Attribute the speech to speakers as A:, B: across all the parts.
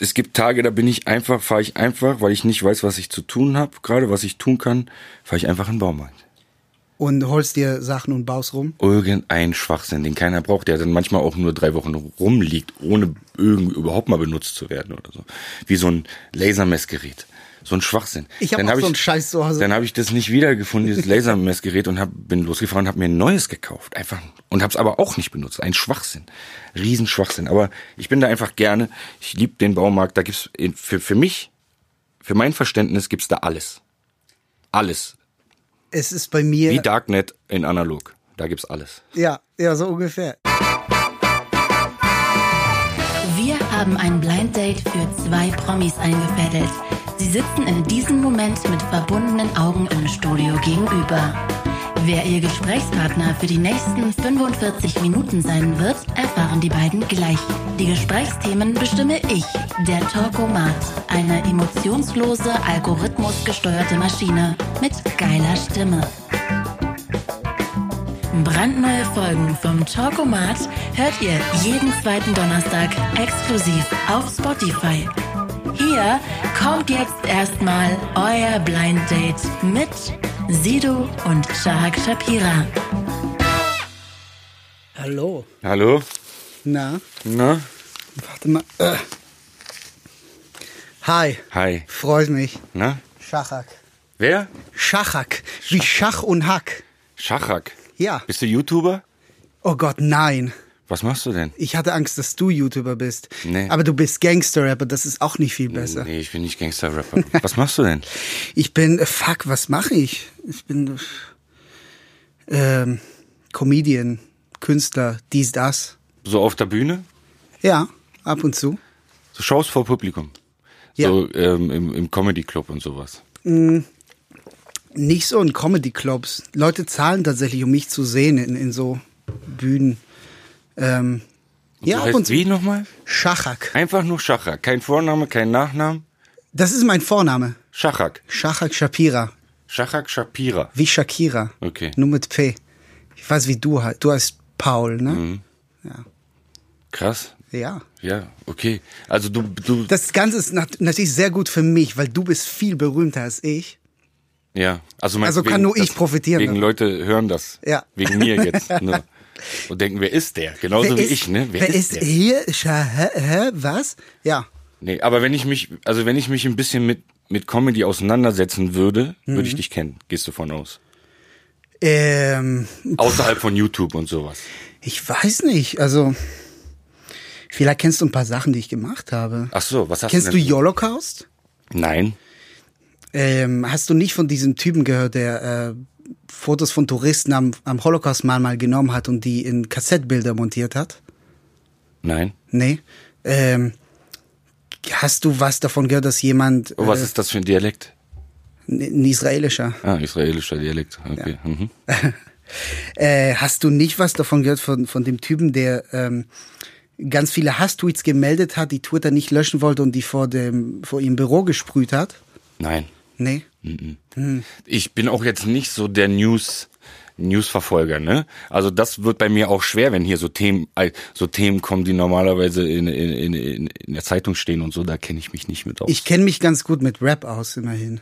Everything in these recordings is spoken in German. A: es gibt Tage, da bin ich einfach, fahre ich einfach, weil ich nicht weiß, was ich zu tun habe, gerade was ich tun kann, fahre ich einfach in den Baumarkt.
B: Und holst dir Sachen und baust rum?
A: Irgendein Schwachsinn, den keiner braucht, der dann manchmal auch nur drei Wochen rumliegt, ohne irgendwie überhaupt mal benutzt zu werden oder so. Wie so ein Lasermessgerät. So ein Schwachsinn.
B: Ich hab
A: Dann
B: auch
A: hab
B: so einen Scheiß zu Hause.
A: Dann habe ich das nicht wiedergefunden, dieses Lasermessgerät, und hab, bin losgefahren und habe mir ein neues gekauft. Einfach. Und habe es aber auch nicht benutzt. Ein Schwachsinn. Riesenschwachsinn. Aber ich bin da einfach gerne. Ich liebe den Baumarkt. Da gibt's in- für, für mich, für mein Verständnis gibt's da alles. Alles.
B: Es ist bei mir.
A: Wie Darknet in analog. Da gibt's alles.
B: Ja, ja, so ungefähr.
C: Wir haben ein Blind Date für zwei Promis eingefädelt. Sie sitzen in diesem Moment mit verbundenen Augen im Studio gegenüber. Wer ihr Gesprächspartner für die nächsten 45 Minuten sein wird, erfahren die beiden gleich. Die Gesprächsthemen bestimme ich, der Talkomat, eine emotionslose, algorithmusgesteuerte Maschine mit geiler Stimme. Brandneue Folgen vom Talkomat hört ihr jeden zweiten Donnerstag exklusiv auf Spotify. Hier kommt jetzt erstmal euer Blind Date mit Sido und Shahak Shapira.
B: Hallo.
A: Hallo?
B: Na,
A: Na?
B: warte mal. Äh. Hi.
A: Hi.
B: Freut mich.
A: Na?
B: Schachak.
A: Wer?
B: Schachak. Wie Schach und Hack.
A: Schachak.
B: Ja.
A: Bist du YouTuber?
B: Oh Gott, nein.
A: Was machst du denn?
B: Ich hatte Angst, dass du YouTuber bist.
A: Nee.
B: Aber du bist Gangster-Rapper, das ist auch nicht viel besser.
A: Nee, ich bin nicht Gangster-Rapper. Was machst du denn?
B: Ich bin, äh, fuck, was mache ich? Ich bin ähm, Comedian, Künstler, dies, das.
A: So auf der Bühne?
B: Ja, ab und zu.
A: So Shows vor Publikum.
B: Ja.
A: So ähm, im, im Comedy Club und sowas.
B: Nicht so in Comedy-Clubs. Leute zahlen tatsächlich, um mich zu sehen in, in so Bühnen. Ähm, ja,
A: so
B: ab und
A: heißt
B: zu.
A: wie nochmal?
B: Schachak.
A: Einfach nur Schachak. Kein Vorname, kein Nachname.
B: Das ist mein Vorname.
A: Schachak.
B: Schachak Shapira.
A: Schachak Shapira.
B: Wie Shakira.
A: Okay.
B: Nur mit P. Ich weiß, wie du heißt. Du heißt Paul, ne?
A: Mhm. Krass.
B: Ja.
A: Ja, okay. Also du, du,
B: Das Ganze ist nat natürlich sehr gut für mich, weil du bist viel berühmter als ich.
A: ja. Also, meinst
B: Also
A: du
B: kann
A: wegen-
B: nur ich
A: das-
B: profitieren
A: Wegen
B: davon.
A: Leute hören das.
B: Ja.
A: Wegen mir jetzt. Ne? Und denken, wer ist der? Genauso wie ich, ne?
B: Wer, ist,
A: der?
B: hier? Scha hä, hä, was? Ja.
A: Nee, aber wenn ich mich, also wenn ich mich ein bisschen mit, mit Comedy auseinandersetzen würde,
B: Mhm.
A: würde ich dich kennen. Gehst du von aus?
B: Ähm,
A: Außerhalb von YouTube und sowas.
B: ich weiß nicht. Also, vielleicht kennst du ein paar Sachen, die ich gemacht habe.
A: Ach so, was hast
B: Kennst
A: du
B: du
A: denn?
B: Holocaust?
A: Nein.
B: Ähm, hast du nicht von diesem Typen gehört, der äh, Fotos von Touristen am, am Holocaust-Mahnmal genommen hat und die in Kassettbilder montiert hat?
A: Nein.
B: Nee. Ähm, hast du was davon gehört, dass jemand.
A: Oh, was
B: äh,
A: ist das für ein Dialekt?
B: N- Ein israelischer.
A: Ah, israelischer Dialekt. Okay. Mhm.
B: Äh, hast du nicht was davon gehört von, von dem Typen, der ähm, ganz viele Hasstweets gemeldet hat, die Twitter nicht löschen wollte und die vor, dem, vor ihrem Büro gesprüht hat?
A: Nein.
B: Nee.
A: Ich bin auch jetzt nicht so der News. News-Verfolger, ne? Also das wird bei mir auch schwer, wenn hier so Themen, äh, so Themen kommen, die normalerweise in, in, in- in, in der Zeitung stehen und so, da kenne ich mich nicht mit aus.
B: Ich kenne mich ganz gut mit Rap aus, immerhin.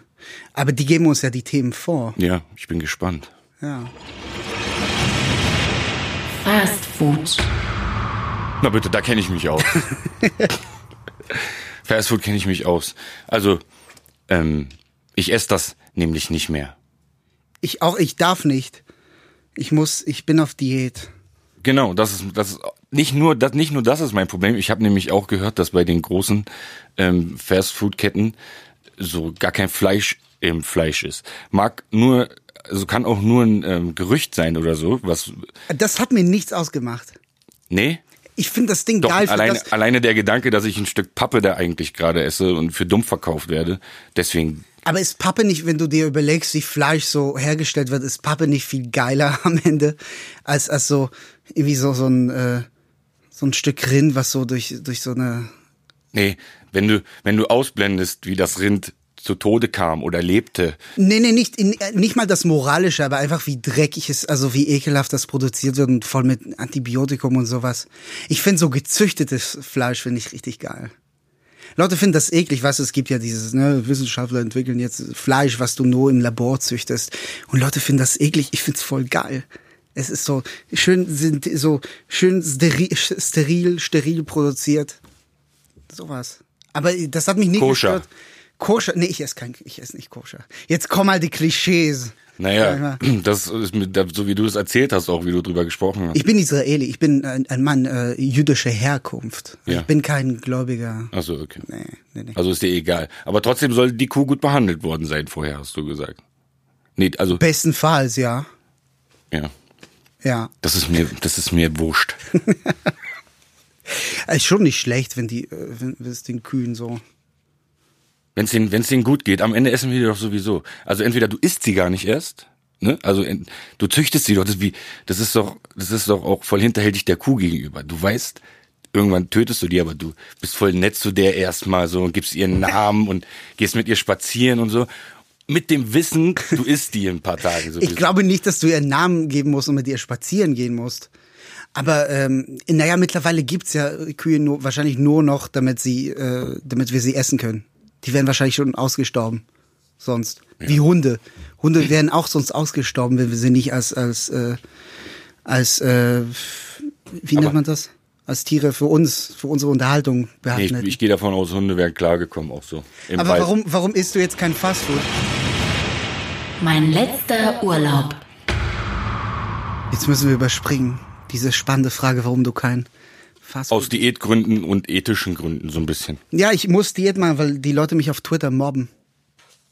B: Aber die geben uns ja die Themen vor.
A: ja, ich bin gespannt.
B: Ja.
C: Fast Food.
A: Na bitte, da kenne ich mich aus. Fast Food kenne ich mich aus. Also, ähm, ich esse das nämlich nicht mehr.
B: Ich auch, ich darf nicht. Ich muss, ich bin auf Diät.
A: Genau, das ist das ist nicht nur das nicht nur das ist mein Problem. Ich habe nämlich auch gehört, dass bei den großen ähm, Fastfood-Ketten so gar kein Fleisch im Fleisch ist. Mag nur, also kann auch nur ein ähm, Gerücht sein oder so. Was?
B: Das hat mir nichts ausgemacht.
A: Nee.
B: Ich finde das Ding
A: Doch,
B: geil. für
A: alleine,
B: das,
A: alleine der Gedanke, dass ich ein Stück Pappe da eigentlich gerade esse und für dumm verkauft werde, deswegen
B: aber ist Pappe nicht, wenn du dir überlegst, wie Fleisch so hergestellt wird, ist Pappe nicht viel geiler am Ende als, als so irgendwie so, so, ein, äh, so ein Stück Rind, was so durch, durch so eine.
A: Nee, wenn du, wenn du ausblendest, wie das Rind zu Tode kam oder lebte.
B: Nee, nee, nicht, in- äh, nicht mal das Moralische, aber einfach wie dreckig es, also wie ekelhaft das produziert wird und voll mit Antibiotikum und sowas. Ich finde so gezüchtetes Fleisch finde ich richtig geil. Leute finden das eklig, weißt du, es gibt ja dieses, ne, Wissenschaftler entwickeln jetzt Fleisch, was du nur im Labor züchtest. Und Leute finden das eklig, ich find's voll geil. Es ist so schön, sind so schön steril, steril, steril produziert. Sowas. Aber das hat mich nie
A: Koscher.
B: gestört. Koscher. Nee, ich esse kein, ich esse nicht koscher. Jetzt kommen mal die Klischees. Sag ich mal.
A: Naja, das ist mit, so wie du es erzählt hast, auch wie du drüber gesprochen hast.
B: Ich bin Israeli, ich bin ein, ein Mann äh, jüdischer Herkunft.
A: Ja.
B: Ich bin kein Gläubiger.
A: Also okay.
B: Nee, nee, nee.
A: Also ist dir egal. Aber trotzdem soll die Kuh gut behandelt worden sein vorher, hast du gesagt. Nee, also
B: Bestenfalls, ja.
A: ja,
B: Ja.
A: das ist mir, das ist mir wurscht.
B: Äh, Ist schon nicht schlecht, wenn die, äh, wenn wenn es den Kühen so.
A: Wenn es denen, wenn's denen gut geht, am Ende essen wir die doch sowieso. Also entweder du isst sie gar nicht erst, ne? Also en- du züchtest sie doch. Das ist, wie, das ist doch, das ist doch auch voll hinterhältig der Kuh gegenüber. Du weißt, irgendwann tötest du die, aber du bist voll nett zu der erstmal so und gibst ihr einen Namen und gehst mit ihr spazieren und so. Mit dem Wissen, du isst die in ein paar Tagen sowieso.
B: Ich glaube nicht, dass du ihr einen Namen geben musst und mit ihr spazieren gehen musst. Aber ähm, naja, mittlerweile gibt's ja Kühe nur, wahrscheinlich nur noch, damit sie, äh, damit wir sie essen können. Die wären wahrscheinlich schon ausgestorben. Sonst. Wie Hunde. Hunde wären auch sonst ausgestorben, wenn wir sie nicht als, als, äh, als äh, wie nennt man das? Als Tiere für uns, für unsere Unterhaltung
A: Nee,
B: behalten
A: ich,
B: hätten.
A: ich gehe davon aus, Hunde wären klargekommen, auch so. Im
B: Aber
A: Wald.
B: warum, warum isst du jetzt kein Fastfood?
C: Mein letzter Urlaub.
B: Jetzt müssen wir überspringen. Diese spannende Frage, warum du kein Fastfood
A: Aus Diätgründen und ethischen Gründen so ein bisschen.
B: Ja, ich muss Diät machen, weil die Leute mich auf Twitter mobben.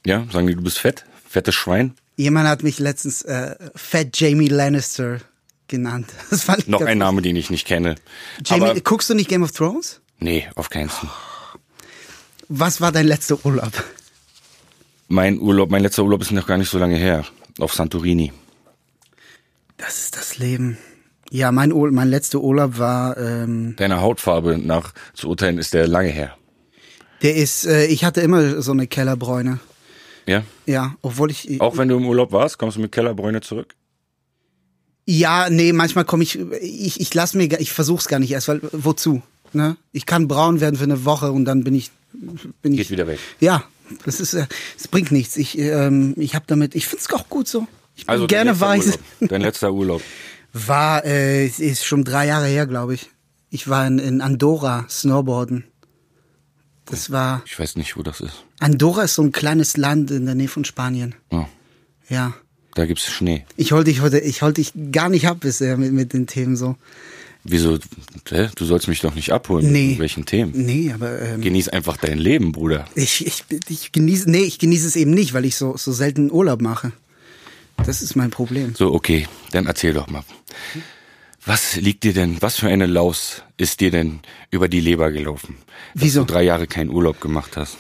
A: Ja, sagen die, du bist fett, fettes Schwein.
B: Jemand hat mich letztens äh, Fat Jamie Lannister genannt. Das fand ich
A: Noch
B: ganz-
A: ein Name, den ich nicht kenne.
B: Jamie, äh,
A: Aber,
B: guckst du nicht Game of Thrones?
A: nee, auf keinen Fall.
B: Was war dein letzter Urlaub?
A: Mein Urlaub, mein letzter Urlaub ist noch gar nicht so lange her. Auf Santorini.
B: Das ist das Leben. Ja, mein, Ur mein letzter Urlaub war, ähm,
A: Deiner Hautfarbe nach zu urteilen ist der lange her.
B: der ist, äh, ich hatte immer so eine Kellerbräune.
A: Ja?
B: Ja, obwohl ich,
A: Auch wenn du im Urlaub warst, kommst du mit Kellerbräune zurück?
B: ja, nee, manchmal komme ich, ich, ich lass mir, gar- ich versuch's gar nicht erst, weil, wozu? Ne? Ich kann braun werden für eine Woche und dann bin ich, bin ich
A: Geht wieder weg.
B: Ja, das ist, äh, es bringt nichts. Ich, ähm, ich habe damit, ich find's auch gut so. Ich bin
A: Also dein
B: gerne
A: letzter
B: weiß.
A: Urlaub. Dein letzter Urlaub.
B: War, äh, es ist schon drei Jahre her, glaube ich. Ich war in, in Andorra Snowboarden. Das war,
A: Ich weiß nicht, wo das ist.
B: Andorra ist so ein kleines Land in der Nähe von Spanien.
A: Ja,
B: Ja.
A: Ah, da gibt's Schnee.
B: Ich hol dich heute, ich hol dich gar nicht ab bisher mit, mit den Themen so.
A: Wieso? Hä? Du sollst mich doch nicht abholen
B: Nee.
A: mit welchen Themen.
B: Nee, aber, ähm,
A: Genieß einfach dein Leben, Bruder.
B: ich, ich, ich genieße, nee, ich genieße es eben nicht, weil ich so, so selten Urlaub mache. Das ist mein Problem.
A: So, okay, dann erzähl doch mal. Was liegt dir denn, was für eine Laus ist dir denn über die Leber gelaufen? Dass
B: Wieso?
A: du drei Jahre keinen Urlaub gemacht hast.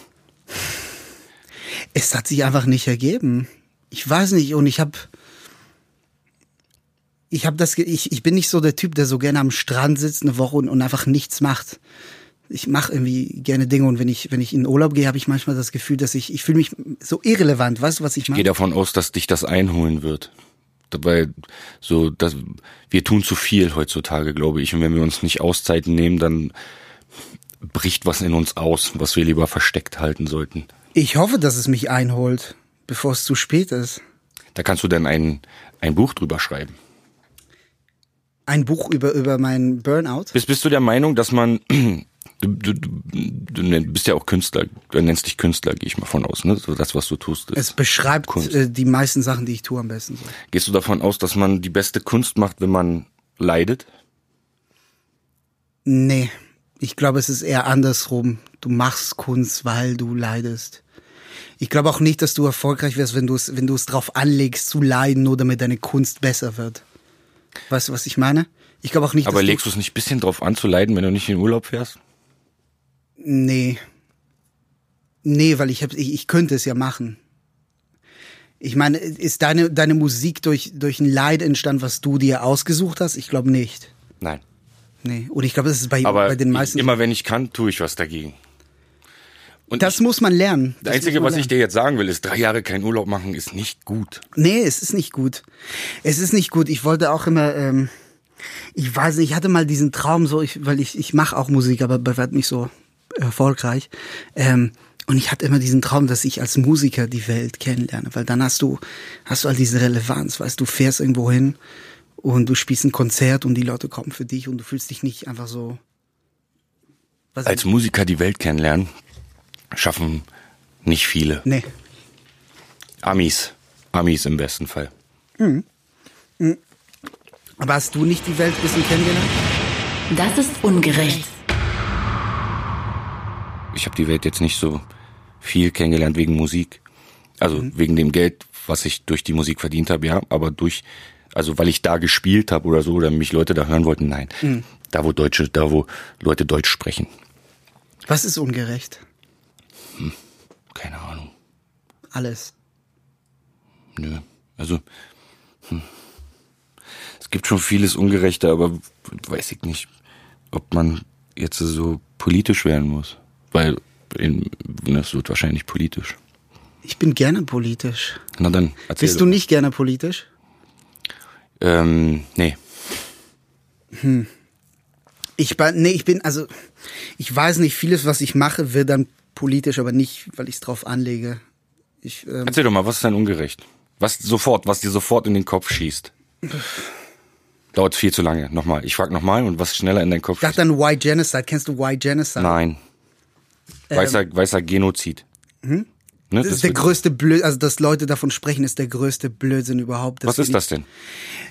B: Es hat sich einfach nicht ergeben. Ich weiß nicht und ich habe ich habe das ge- ich, ich bin nicht so der Typ, der so gerne am Strand sitzt eine Woche und, und einfach nichts macht. Ich mache irgendwie gerne Dinge und wenn ich wenn ich in Urlaub gehe, habe ich manchmal das Gefühl, dass ich ich fühle mich so irrelevant, weißt du, was ich
A: Geh
B: meine?
A: davon aus, dass dich das einholen wird. Dabei, so, dass, wir tun zu viel heutzutage, glaube ich. Und wenn wir uns nicht Auszeiten nehmen, dann bricht was in uns aus, was wir lieber versteckt halten sollten.
B: Ich hoffe, dass es mich einholt, bevor es zu spät ist.
A: Da kannst du dann ein, ein Buch drüber schreiben.
B: Ein Buch über über meinen Burnout.
A: Bist, bist du der Meinung, dass man, du, du, du, du nenn- bist ja auch Künstler, du nennst dich Künstler, gehe ich mal von aus, ne? So das, was du tust.
B: Es
A: Ist.
B: beschreibt
A: Kunst.
B: äh, die meisten Sachen, die ich tue am besten. So.
A: Gehst du davon aus, dass man die beste Kunst macht, wenn man leidet?
B: Nee, ich glaube, es ist eher andersrum. Du machst Kunst, weil du leidest. Ich glaube auch nicht, dass du erfolgreich wirst, wenn du es, wenn du es drauf anlegst, zu leiden, nur damit deine Kunst besser wird. Weißt du, was ich meine? Ich glaube auch nicht,
A: Aber
B: dass
A: legst du es nicht ein bisschen drauf an zu leiden, wenn du nicht in Urlaub fährst?
B: du. Nee. Nee, weil ich, hab, ich, ich könnte es ja machen. Ich meine, ist deine, deine Musik durch, durch ein Leid entstanden, was du dir ausgesucht hast? Ich glaube nicht.
A: Nein.
B: Nee. Und ich glaube, das ist bei,
A: Aber
B: bei den meisten.
A: immer wenn ich kann, tue ich was dagegen. Und
B: das
A: ich,
B: muss man
A: das
B: lernen. Das muss
A: Einzige,
B: man
A: was ich dir jetzt sagen will, ist, drei Jahre keinen Urlaub machen ist nicht gut.
B: Nee, es ist nicht gut. Es ist nicht gut. Ich wollte auch immer, ähm, ich weiß nicht, ich hatte mal diesen Traum so, ich, weil ich, ich mache auch Musik, aber bewahrt mich so erfolgreich. Ähm, und ich hatte immer diesen Traum, dass ich als Musiker die Welt kennenlerne, weil dann hast du, hast du all diese Relevanz, weißt du, fährst irgendwo hin und du spielst ein Konzert und die Leute kommen für dich und du fühlst dich nicht einfach so. Was
A: Als Musiker die Welt kennenlernen, schaffen nicht viele.
B: nee.
A: Amis. Amis im besten Fall.
B: Aber hast du nicht die Welt ein bisschen kennengelernt?
C: Das ist ungerecht.
A: Ich habe die Welt jetzt nicht so viel kennengelernt wegen Musik. Also
B: Mhm.
A: wegen dem Geld, was ich durch die Musik verdient habe, ja. Aber durch, also weil ich da gespielt habe oder so, oder mich Leute da hören wollten, nein.
B: Mhm.
A: Da wo Deutsche, da wo Leute Deutsch sprechen.
B: Was ist ungerecht?
A: Keine Ahnung.
B: Alles.
A: Nö. Also. Hm. Es gibt schon vieles Ungerechte, aber weiß ich nicht, ob man jetzt so politisch werden muss. Weil in, das wird wahrscheinlich politisch.
B: Ich bin gerne politisch.
A: Na dann, erzähl.
B: Bist du nicht gerne politisch?
A: Ähm, nee.
B: Ich bin, nee, ich bin, also, ich weiß nicht, vieles, was ich mache, wird dann politisch, aber nicht, weil ich es drauf anlege. Ich, ähm,
A: Erzähl doch mal, was ist denn ungerecht? Was sofort, was dir sofort in den Kopf schießt. Dauert viel zu lange. Nochmal. Ich frag nochmal und was schneller in deinen Kopf
B: dachte an Why Genocide. Kennst du Why Genocide?
A: Nein. Weißer, weißer Genozid. Ne,
B: Ähm. Hm? Das
A: das
B: ist der
A: wird-
B: größte Blödsinn, also dass Leute davon sprechen, ist der größte Blödsinn überhaupt.
A: was ist
B: finde
A: das denn?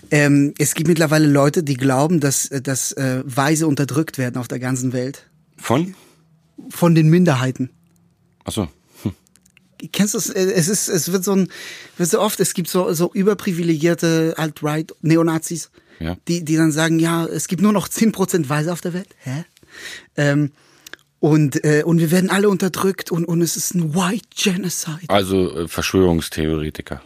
B: ich- Ähm, es gibt mittlerweile Leute, die glauben, dass, äh, dass äh, Weise unterdrückt werden auf der ganzen Welt.
A: Von?
B: Von den Minderheiten.
A: Achso.
B: Kennst du es? Äh, Es ist, es wird so ein, wird so oft, es gibt so, so überprivilegierte Alt-Right Neonazis,
A: Ja.
B: die, die dann sagen, ja, es gibt nur noch 10% Weise auf der Welt. Hä? Ähm, und, äh, und wir werden alle unterdrückt und, und es ist ein White Genocide.
A: Also äh, Verschwörungstheoretiker.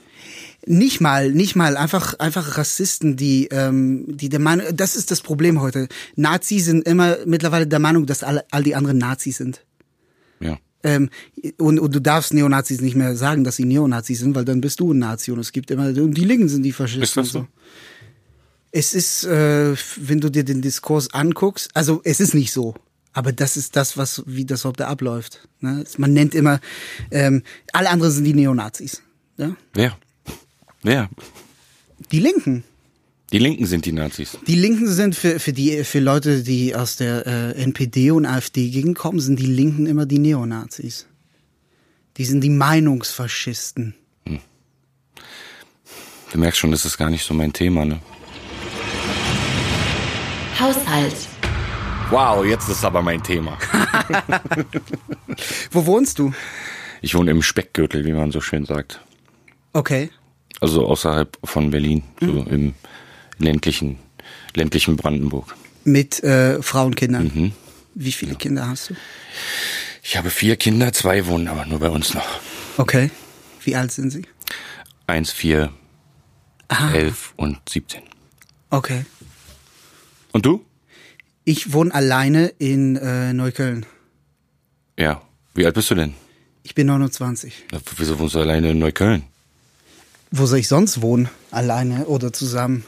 B: Nicht mal, nicht mal, einfach, einfach Rassisten, die, ähm, die der Meinung, das ist das Problem heute. Nazis sind immer mittlerweile der Meinung, dass all, all die anderen Nazis sind.
A: Ja.
B: Ähm, und, und du darfst Neonazis nicht mehr sagen, dass sie Neonazis sind, weil dann bist du ein Nazi und es gibt immer, und die Linken sind die Faschisten.
A: Ist das
B: und
A: so?
B: Es ist, äh, wenn du dir den Diskurs anguckst, also es ist nicht so. Aber das ist das, was wie das überhaupt da abläuft. Ne? Man nennt immer, ähm, alle anderen sind die Neonazis. Ja?
A: Wer? Wer?
B: Die Linken.
A: Die Linken sind die Nazis.
B: Die Linken sind für, für die für Leute, die aus der äh, NPD und AfD gegenkommen, sind die Linken immer die Neonazis. Die sind die Meinungsfaschisten.
A: Du merkst schon, das ist gar nicht so mein Thema, ne?
C: Haushalt.
A: Wow, jetzt ist aber mein Thema.
B: Wo wohnst du?
A: Ich wohne im Speckgürtel, wie man so schön sagt.
B: Okay.
A: Also außerhalb von Berlin, so im ländlichen, ländlichen Brandenburg.
B: Mit äh, Frau und Kindern. Wie viele Kinder hast du?
A: Ich habe vier Kinder, zwei wohnen aber nur bei uns noch.
B: Okay. Wie alt sind sie?
A: Eins, vier,
B: Aha.
A: elf und siebzehn.
B: Okay.
A: Und du?
B: Ich wohne alleine in äh, Neukölln.
A: Ja. Wie alt bist du denn?
B: Ich bin 29.
A: Na, Wieso wohnst du alleine in Neukölln?
B: Wo soll ich sonst wohnen? Alleine oder zusammen?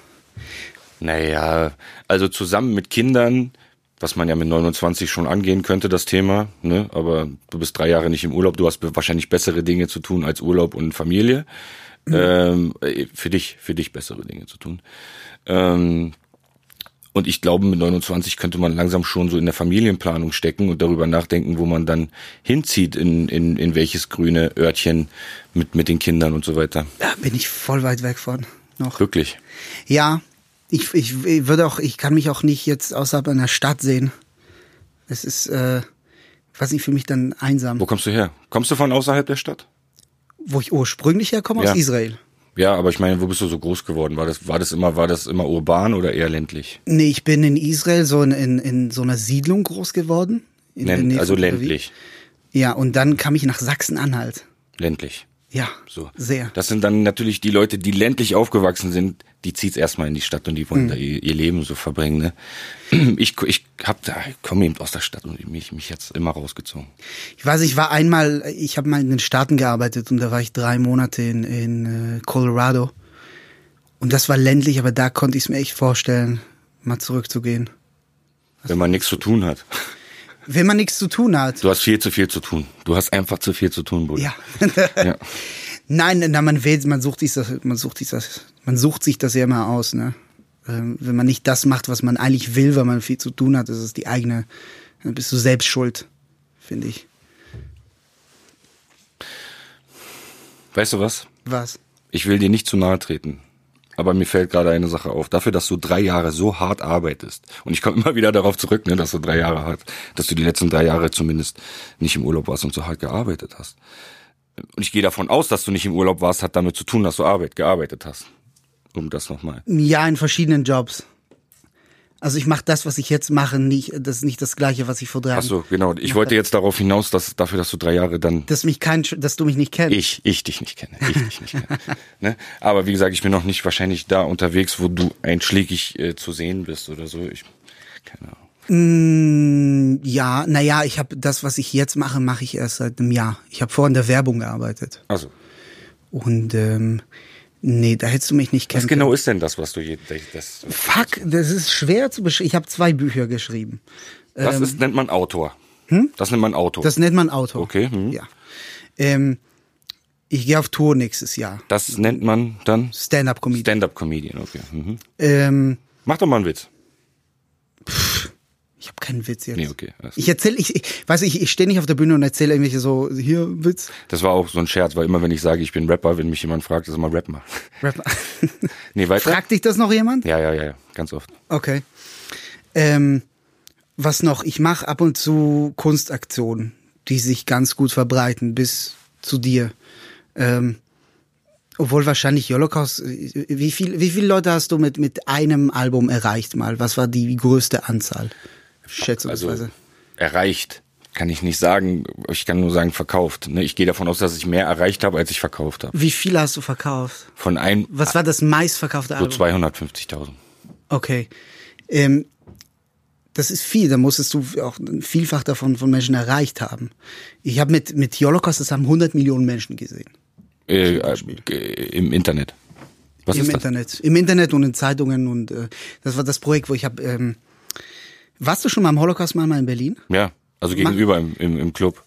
A: Naja, also zusammen mit Kindern, was man ja mit 29 schon angehen könnte, das Thema, ne? Aber du bist drei Jahre nicht im Urlaub, du hast be- wahrscheinlich bessere Dinge zu tun als Urlaub und Familie. Ähm, äh, für dich, für dich bessere Dinge zu tun. Ähm, und ich glaube, mit 29 könnte man langsam schon so in der Familienplanung stecken und darüber nachdenken, wo man dann hinzieht, in, in, in welches grüne Örtchen mit, mit den Kindern und so weiter.
B: Da bin ich voll weit weg von. Noch.
A: Wirklich.
B: Ja, ich, ich, ich würde auch, ich kann mich auch nicht jetzt außerhalb einer Stadt sehen. Es ist, äh, weiß nicht, für mich dann einsam.
A: Wo
B: Wo,
A: kommst du her? Kommst du von außerhalb der Stadt?
B: ich ursprünglich herkomme,
A: Ja.
B: aus Israel.
A: Ja, aber ich meine, wo bist du so groß geworden? War das, war das immer, war das immer urban oder eher ländlich?
B: Nee, ich bin in Israel so in, in, in so einer Siedlung groß geworden. In der
A: Länd,
B: Nähe
A: also
B: von Tel Aviv.
A: ländlich.
B: Ja, und dann kam ich nach Sachsen-Anhalt.
A: Ländlich.
B: Ja,
A: So.
B: sehr.
A: Das sind dann natürlich die Leute, die ländlich aufgewachsen sind, die zieht's erstmal in die Stadt und die wollen
B: Mhm.
A: da ihr, ihr Leben so verbringen, ne? Ich, ich hab da, ich komme eben aus der Stadt und mich, mich jetzt immer rausgezogen.
B: Ich weiß, ich war einmal, ich habe mal in den Staaten gearbeitet und da war ich drei Monate in, in äh, Colorado. Und das war ländlich, aber da konnte ich es mir echt vorstellen, mal zurückzugehen.
A: Wenn man nichts zu tun hat.
B: Wenn man nichts zu tun hat.
A: Du hast viel zu viel zu tun. Du hast einfach zu viel zu tun, Bruder.
B: Ja.
A: Ja.
B: Nein, na, man will, man sucht sich das, man sucht sich das, man sucht sich das ja immer aus, ne? Ähm, Wenn man nicht das macht, was man eigentlich will, weil man viel zu tun hat, ist es die eigene, dann bist du selbst schuld, finde ich.
A: Weißt du was?
B: Was?
A: Ich will dir nicht zu nahe treten. Aber mir fällt gerade eine Sache auf. Dafür, dass du drei Jahre so hart arbeitest, und ich komme immer wieder darauf zurück, ne, dass du drei Jahre hart, dass du die letzten drei Jahre zumindest nicht im Urlaub warst und so hart gearbeitet hast. Und ich gehe davon aus, dass du nicht im Urlaub warst, hat damit zu tun, dass du Arbeit gearbeitet hast. Um das nochmal.
B: Ja, in verschiedenen Jobs. Also ich mache das, was ich jetzt mache, nicht, das ist nicht das Gleiche, was ich vor drei
A: Ach
B: Jahren.
A: so, genau. Ich wollte jetzt darauf hinaus, dass dafür, dass du drei Jahre dann
B: Dass mich kein, dass du mich nicht kennst.
A: ich, ich dich nicht kenne. Ich dich nicht kenne. Ne? Aber wie gesagt, ich bin noch nicht wahrscheinlich da unterwegs, wo du einschlägig äh, zu sehen bist oder so. Ich, keine Ahnung.
B: Mm, ja, naja, ich habe das, was ich jetzt mache, mache ich erst seit einem Jahr. Ich habe vorhin der Werbung gearbeitet.
A: Also,
B: Und ähm, nee, da hättest du mich nicht
A: was
B: kennen
A: genau ist denn das, was du je, das,
B: Fuck, das ist schwer zu beschreiben. Ich habe zwei Bücher geschrieben.
A: das ist, nennt man Autor. Das nennt man Autor.
B: Ähm, Hm? Das nennt man Autor.
A: Okay, hm.
B: Ja. Ähm, ich gehe auf Tour nächstes Jahr.
A: das nennt man dann
B: Stand-up-Comedy.
A: Stand-up-Comedian. Okay. Mhm.
B: ähm,
A: Mach doch mal einen Witz.
B: ich habe keinen Witz jetzt.
A: Nee, okay. alles
B: Ich erzähle, ich, ich weiß ich, ich stehe nicht auf der Bühne und erzähle irgendwelche so, hier, Witz,
A: Das war auch so ein Scherz, weil immer wenn ich sage, ich bin Rapper, wenn mich jemand fragt, ist immer Rap mal.
B: Rapper.
A: Nee, weiter?
B: Fragt dich das noch jemand?
A: Ja, ja, ja, ja, ganz oft.
B: Okay. Ähm, was noch? Ich mache ab und zu Kunstaktionen, die sich ganz gut verbreiten bis zu dir. Ähm, obwohl wahrscheinlich Holocaust. äh, Wie viel, wie viele Leute hast du mit mit einem Album erreicht mal? Was war die größte Anzahl? Schätzungsweise.
A: also erreicht kann ich nicht sagen. Ich kann nur sagen verkauft. ne? Ich gehe davon aus, dass ich mehr erreicht habe, als ich verkauft habe.
B: wie viele hast du verkauft?
A: Von einem
B: Was war das meistverkaufte
A: so
B: Album?
A: 250.000.
B: Okay. Ähm, das ist viel, da musstest du auch ein Vielfach davon von Menschen erreicht haben. Ich habe mit, mit Holocaust, das haben 100 Millionen Menschen gesehen.
A: Äh, äh, Im Internet. Was
B: Im
A: ist das?
B: Internet. Im Internet und in Zeitungen und äh, das war das Projekt, wo ich habe. Ähm, warst du schon mal am Holocaust mal in Berlin?
A: Ja, also gegenüber im, im, im Club.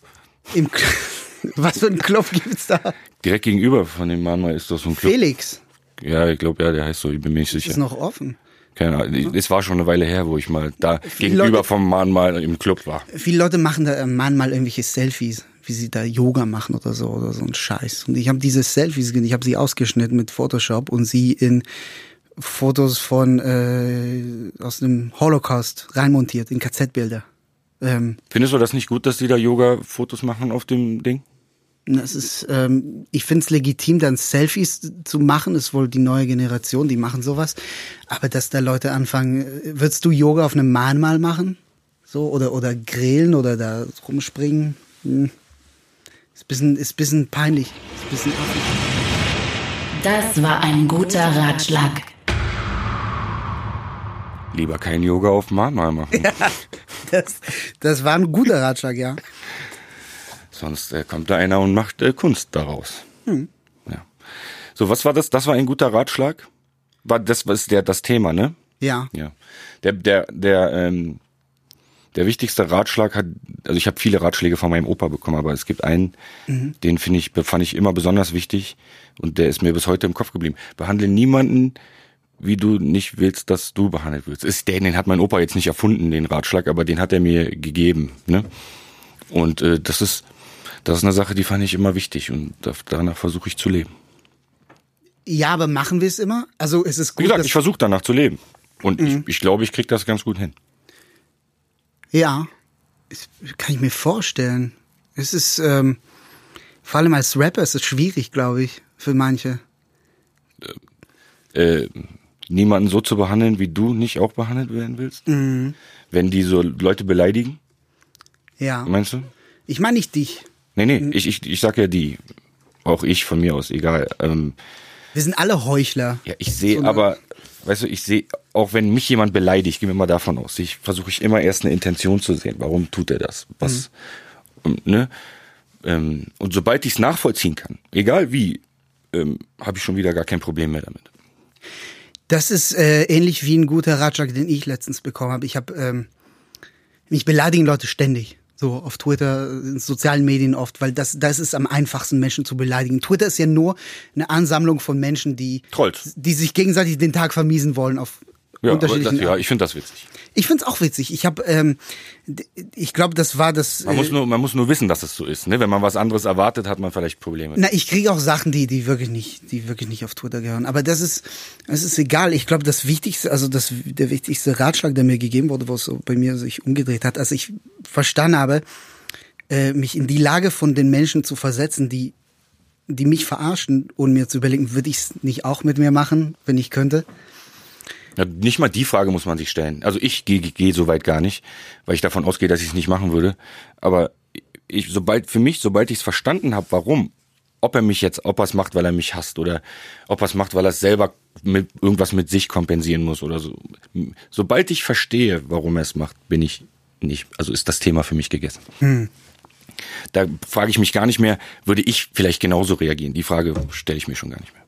B: Im Cl Was für ein Club gibt's da?
A: Direkt gegenüber von dem Mahnmal ist das so ein Club.
B: Felix
A: Ja, ich glaube, ja, der heißt so, ich bin mir nicht sicher.
B: ist noch offen.
A: Keine Ahnung. Es war schon eine Weile her, wo ich mal da gegenüber
B: Leute-
A: vom Mahnmal im Club war.
B: Viele Leute machen da am Mann mal irgendwelche Selfies, wie sie da Yoga machen oder so oder so ein Scheiß. Und ich habe diese Selfies, ich habe sie ausgeschnitten mit Photoshop und sie in Fotos von äh, aus dem Holocaust reinmontiert in KZ-Bilder. Ähm,
A: Findest du das nicht gut, dass die da Yoga-Fotos machen auf dem Ding?
B: das ist, ähm, ich finde es legitim, dann Selfies zu machen. Ist wohl die neue Generation, die machen sowas. Aber dass da Leute anfangen, äh, würdest du Yoga auf einem Mahnmal machen? So, oder, oder grillen oder da rumspringen? Hm. Ist bisschen, ist bisschen peinlich. Ist bisschen affig.
C: Das war ein guter Ratschlag.
A: Lieber kein Yoga auf dem Mahnmal machen.
B: das, das war ein guter Ratschlag, ja.
A: Sonst äh, kommt da einer und macht äh, Kunst daraus.
B: Mhm.
A: Ja. So, was war das? Das war ein guter Ratschlag. War das ist der das Thema, ne?
B: Ja.
A: Ja. Der der der ähm, der wichtigste Ratschlag hat, also ich habe viele Ratschläge von meinem Opa bekommen, aber es gibt einen, den finde ich fand ich immer besonders wichtig und der ist mir bis heute im Kopf geblieben. Behandle niemanden wie du nicht willst, dass du behandelt wirst. Ist, den, den hat mein Opa jetzt nicht erfunden, den Ratschlag, aber den hat er mir gegeben. Ne? Und äh, das ist das ist eine Sache, die fand ich immer wichtig und da- danach versuche ich zu leben.
B: Ja, aber machen wir es immer? Also, es ist
A: Wie
B: gut,
A: gesagt,
B: dass-
A: ich versuche danach zu leben und ich, ich glaube, ich krieg das ganz gut hin.
B: Ja, das kann ich mir vorstellen. Es ist, ähm, vor allem als Rapper ist es schwierig, glaube ich, für manche.
A: äh, niemanden so zu behandeln, wie du nicht auch behandelt werden willst? Wenn die so Leute beleidigen,
B: Ja.
A: meinst du?
B: Ich meine nicht dich.
A: Nee, nee, ich, ich, ich sag ja die. Auch ich von mir aus, egal. Ähm,
B: Wir sind alle Heuchler. ne?
A: ja, ich sehe
B: eine-
A: aber, weißt du, ich sehe, auch wenn mich jemand beleidigt, gehen wir mal davon aus, ich versuche ich immer erst eine Intention zu sehen. Warum tut er das? Was? Und, ne? ähm, und sobald ich es nachvollziehen kann, egal wie, ähm, habe ich schon wieder gar kein Problem mehr damit.
B: Das ist äh, ähnlich wie ein guter Ratschlag, den ich letztens bekommen habe. Ich habe ähm, mich beleidigen Leute ständig. So auf Twitter, in sozialen Medien oft, weil das, das ist am einfachsten, Menschen zu beleidigen. Twitter ist ja nur eine Ansammlung von Menschen, die,
A: Trolls.
B: die sich gegenseitig den Tag vermiesen wollen auf
A: Ja, aber das,
B: unterschiedlichen
A: ja ich finde das witzig.
B: Ich find's auch witzig. Ich habe, ähm, d- ich glaube, das war das.
A: Man,
B: äh,
A: muss nur, man muss nur wissen, dass es so ist. Ne? Wenn man was anderes erwartet, hat man vielleicht Probleme.
B: Na, ich kriege auch Sachen, die, die wirklich nicht, die wirklich nicht auf Twitter gehören. Aber das ist, es ist egal. Ich glaube, das Wichtigste, also das, der wichtigste Ratschlag, der mir gegeben wurde, wo es so bei mir sich umgedreht hat, als ich verstanden habe, äh, mich in die Lage von den Menschen zu versetzen, die, die mich verarschen, ohne mir zu überlegen, würde ich es nicht auch mit mir machen, wenn ich könnte.
A: Ja, nicht mal die Frage muss man sich stellen. Also ich gehe geh so weit gar nicht, weil ich davon ausgehe, dass ich es nicht machen würde. Aber ich, sobald für mich, sobald ich es verstanden habe, warum, ob er mich jetzt, ob er es macht, weil er mich hasst oder ob er es macht, weil er es selber mit irgendwas mit sich kompensieren muss oder so. Sobald ich verstehe, warum er es macht, bin ich nicht, also ist das Thema für mich gegessen. Da frage ich mich gar nicht mehr, würde ich vielleicht genauso reagieren? Die Frage stelle ich mir schon gar nicht mehr.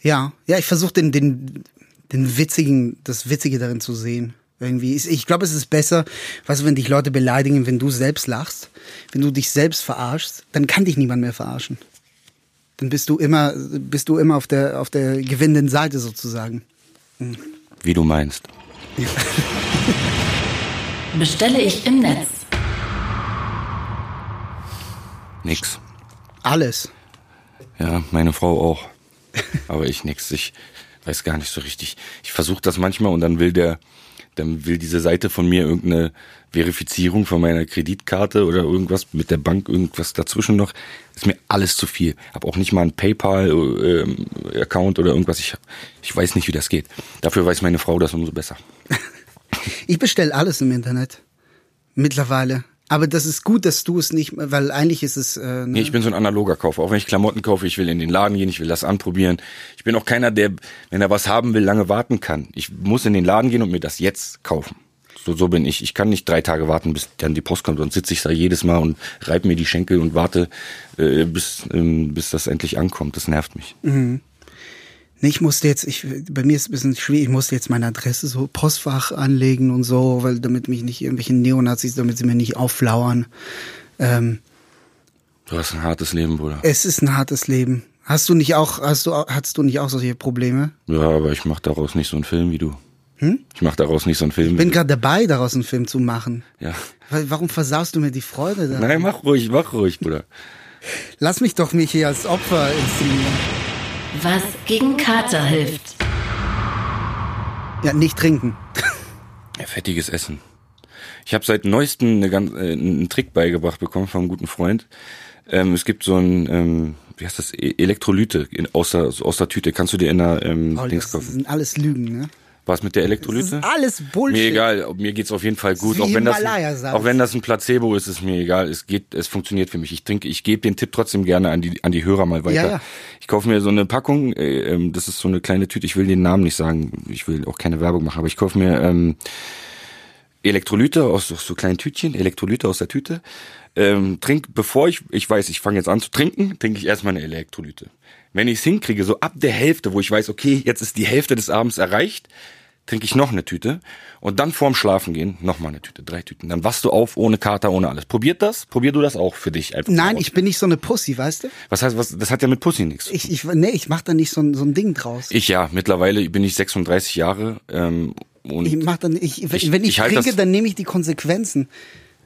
B: Ja, ja, ich versuche den, den, den witzigen, das Witzige darin zu sehen. Irgendwie. Ich, ich glaube, es ist besser, weißt du, wenn dich Leute beleidigen, wenn du selbst lachst, wenn du dich selbst verarschst, dann kann dich niemand mehr verarschen. Dann bist du immer, bist du immer auf der, auf der gewinnenden Seite sozusagen.
A: Wie du meinst.
C: Bestelle ich im Netz.
A: Nix.
B: Alles.
A: Ja, meine Frau auch. Aber ich nix. Ich weiß gar nicht so richtig. Ich versuche das manchmal und dann will der, dann will diese Seite von mir irgendeine Verifizierung von meiner Kreditkarte oder irgendwas mit der Bank, irgendwas dazwischen noch. Ist mir alles zu viel. Hab auch nicht mal einen PayPal-Account oder irgendwas. Ich, ich weiß nicht, wie das geht. Dafür weiß meine Frau das umso besser.
B: Ich bestelle alles im Internet. Mittlerweile. Aber das ist gut, dass du es nicht, weil eigentlich ist es. Äh,
A: Nee, ich bin so ein analoger Kaufer. Auch wenn ich Klamotten kaufe, ich will in den Laden gehen, ich will das anprobieren. Ich bin auch keiner, der, wenn er was haben will, lange warten kann. Ich muss in den Laden gehen und mir das jetzt kaufen. So, so bin ich. Ich kann nicht drei Tage warten, bis dann die Post kommt. Sonst sitze ich da jedes Mal und reib mir die Schenkel und warte, äh, bis, ähm, bis das endlich ankommt. Das nervt mich.
B: Nee, ich musste jetzt, ich, bei mir ist es ein bisschen schwierig, ich musste jetzt meine Adresse so Postfach anlegen und so, weil damit mich nicht irgendwelche Neonazis, damit sie mir nicht aufflauern. Ähm,
A: Du hast ein hartes Leben, Bruder.
B: es ist ein hartes Leben. Hast du nicht auch, hast du, hast du nicht auch solche Probleme?
A: Ja, aber ich mach daraus nicht so einen Film wie du. Hm? Ich mach daraus nicht so einen Film
B: Bin
A: wie
B: gerade dabei, daraus einen Film zu machen.
A: du. Ja.
B: Wa- Warum versaust du mir die Freude da?
A: Nein, mach ruhig, mach ruhig, Bruder.
B: Lass mich doch mich hier als Opfer inszenieren.
C: Was gegen Kater hilft.
B: Ja, nicht trinken.
A: Ja, fettiges Essen. Ich habe seit neuestem eine ganz, äh, einen Trick beigebracht bekommen von einem guten Freund. Ähm, es gibt so ein, ähm, wie heißt das, E- Elektrolyte in, aus, der, aus der Tüte. Kannst du dir in der ähm,
B: Paul,
A: Dings
B: Oh, das
A: kaufen?
B: sind alles Lügen, ne?
A: Was mit der
B: Das ist
A: Elektrolyte?
B: alles Bullshit.
A: Mir egal, ob- mir geht's auf jeden Fall gut.
B: Wie
A: Auch wenn, das ein,
B: Himalaya-Saft.
A: auch wenn das ein Placebo ist, ist mir egal. Es geht, es funktioniert für mich. Ich trinke, ich gebe den Tipp trotzdem gerne an die, an die Hörer mal weiter.
B: Ja, ja.
A: Ich kaufe mir so eine Packung, äh, ähm, das ist so eine kleine Tüte, ich will den Namen nicht sagen, ich will auch keine Werbung machen, aber ich kaufe mir ähm, Elektrolyte aus so, so kleinen Tütchen, Elektrolyte aus der Tüte. Ähm, trink, bevor ich, ich weiß, ich fange jetzt an zu trinken, trinke ich erstmal eine Elektrolyte. Wenn ich es hinkriege, so ab der Hälfte, wo ich weiß, okay, jetzt ist die Hälfte des Abends erreicht, trinke ich noch eine Tüte und dann vorm Schlafen gehen nochmal eine Tüte, drei Tüten. Dann wachst du auf ohne Kater, ohne alles. Probiert das, probier du das auch für dich einfach. mal
B: Nein,
A: aus.
B: ich bin nicht so eine Pussy, weißt du?
A: Was heißt, was, das hat ja mit Pussy nichts.
B: Ich, ich, nee, ich mach da nicht so ein, so ein Ding draus.
A: Ich ja, mittlerweile bin ich 36 Jahre ähm, und
B: Ich mach dann, ich, wenn
A: Ich-
B: ich, wenn ich,
A: ich halt
B: trinke,
A: das-
B: dann nehme ich die Konsequenzen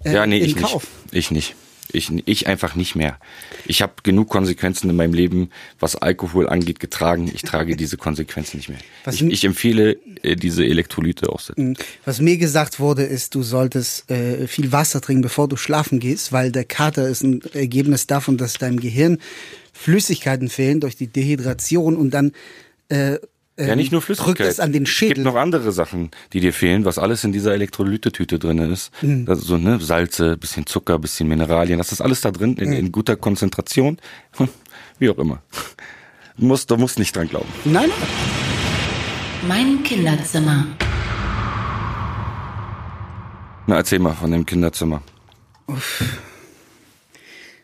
B: äh,
A: ja, nee,
B: in
A: ich
B: Kauf.
A: nicht. Ich nicht. Ich, ich einfach nicht mehr. Ich habe genug Konsequenzen in meinem Leben, was Alkohol angeht, getragen. Ich trage diese Konsequenzen nicht mehr.
B: Was Ähm,
A: Ich,
B: n-
A: ich empfehle äh, diese Elektrolyte auch.
B: Was mir gesagt wurde, ist, du solltest äh, viel Wasser trinken, bevor du schlafen gehst, weil der Kater ist ein Ergebnis davon, dass deinem Gehirn Flüssigkeiten fehlen durch die Dehydration und dann äh,
A: Ja, nicht nur Flüssigkeit.
B: drückt es an den
A: Es
B: Schädel.
A: gibt noch andere Sachen, die dir fehlen, was alles in dieser Elektrolytetüte drin ist.
B: Mhm.
A: Also so, ne, Salze, bisschen Zucker, bisschen Mineralien, das ist alles da drin
B: Mhm.
A: in, in guter Konzentration. Hm, Wie auch immer. Du musst, du musst nicht dran glauben.
B: Nein, nein.
C: Mein Kinderzimmer.
A: Na, erzähl mal von dem Kinderzimmer.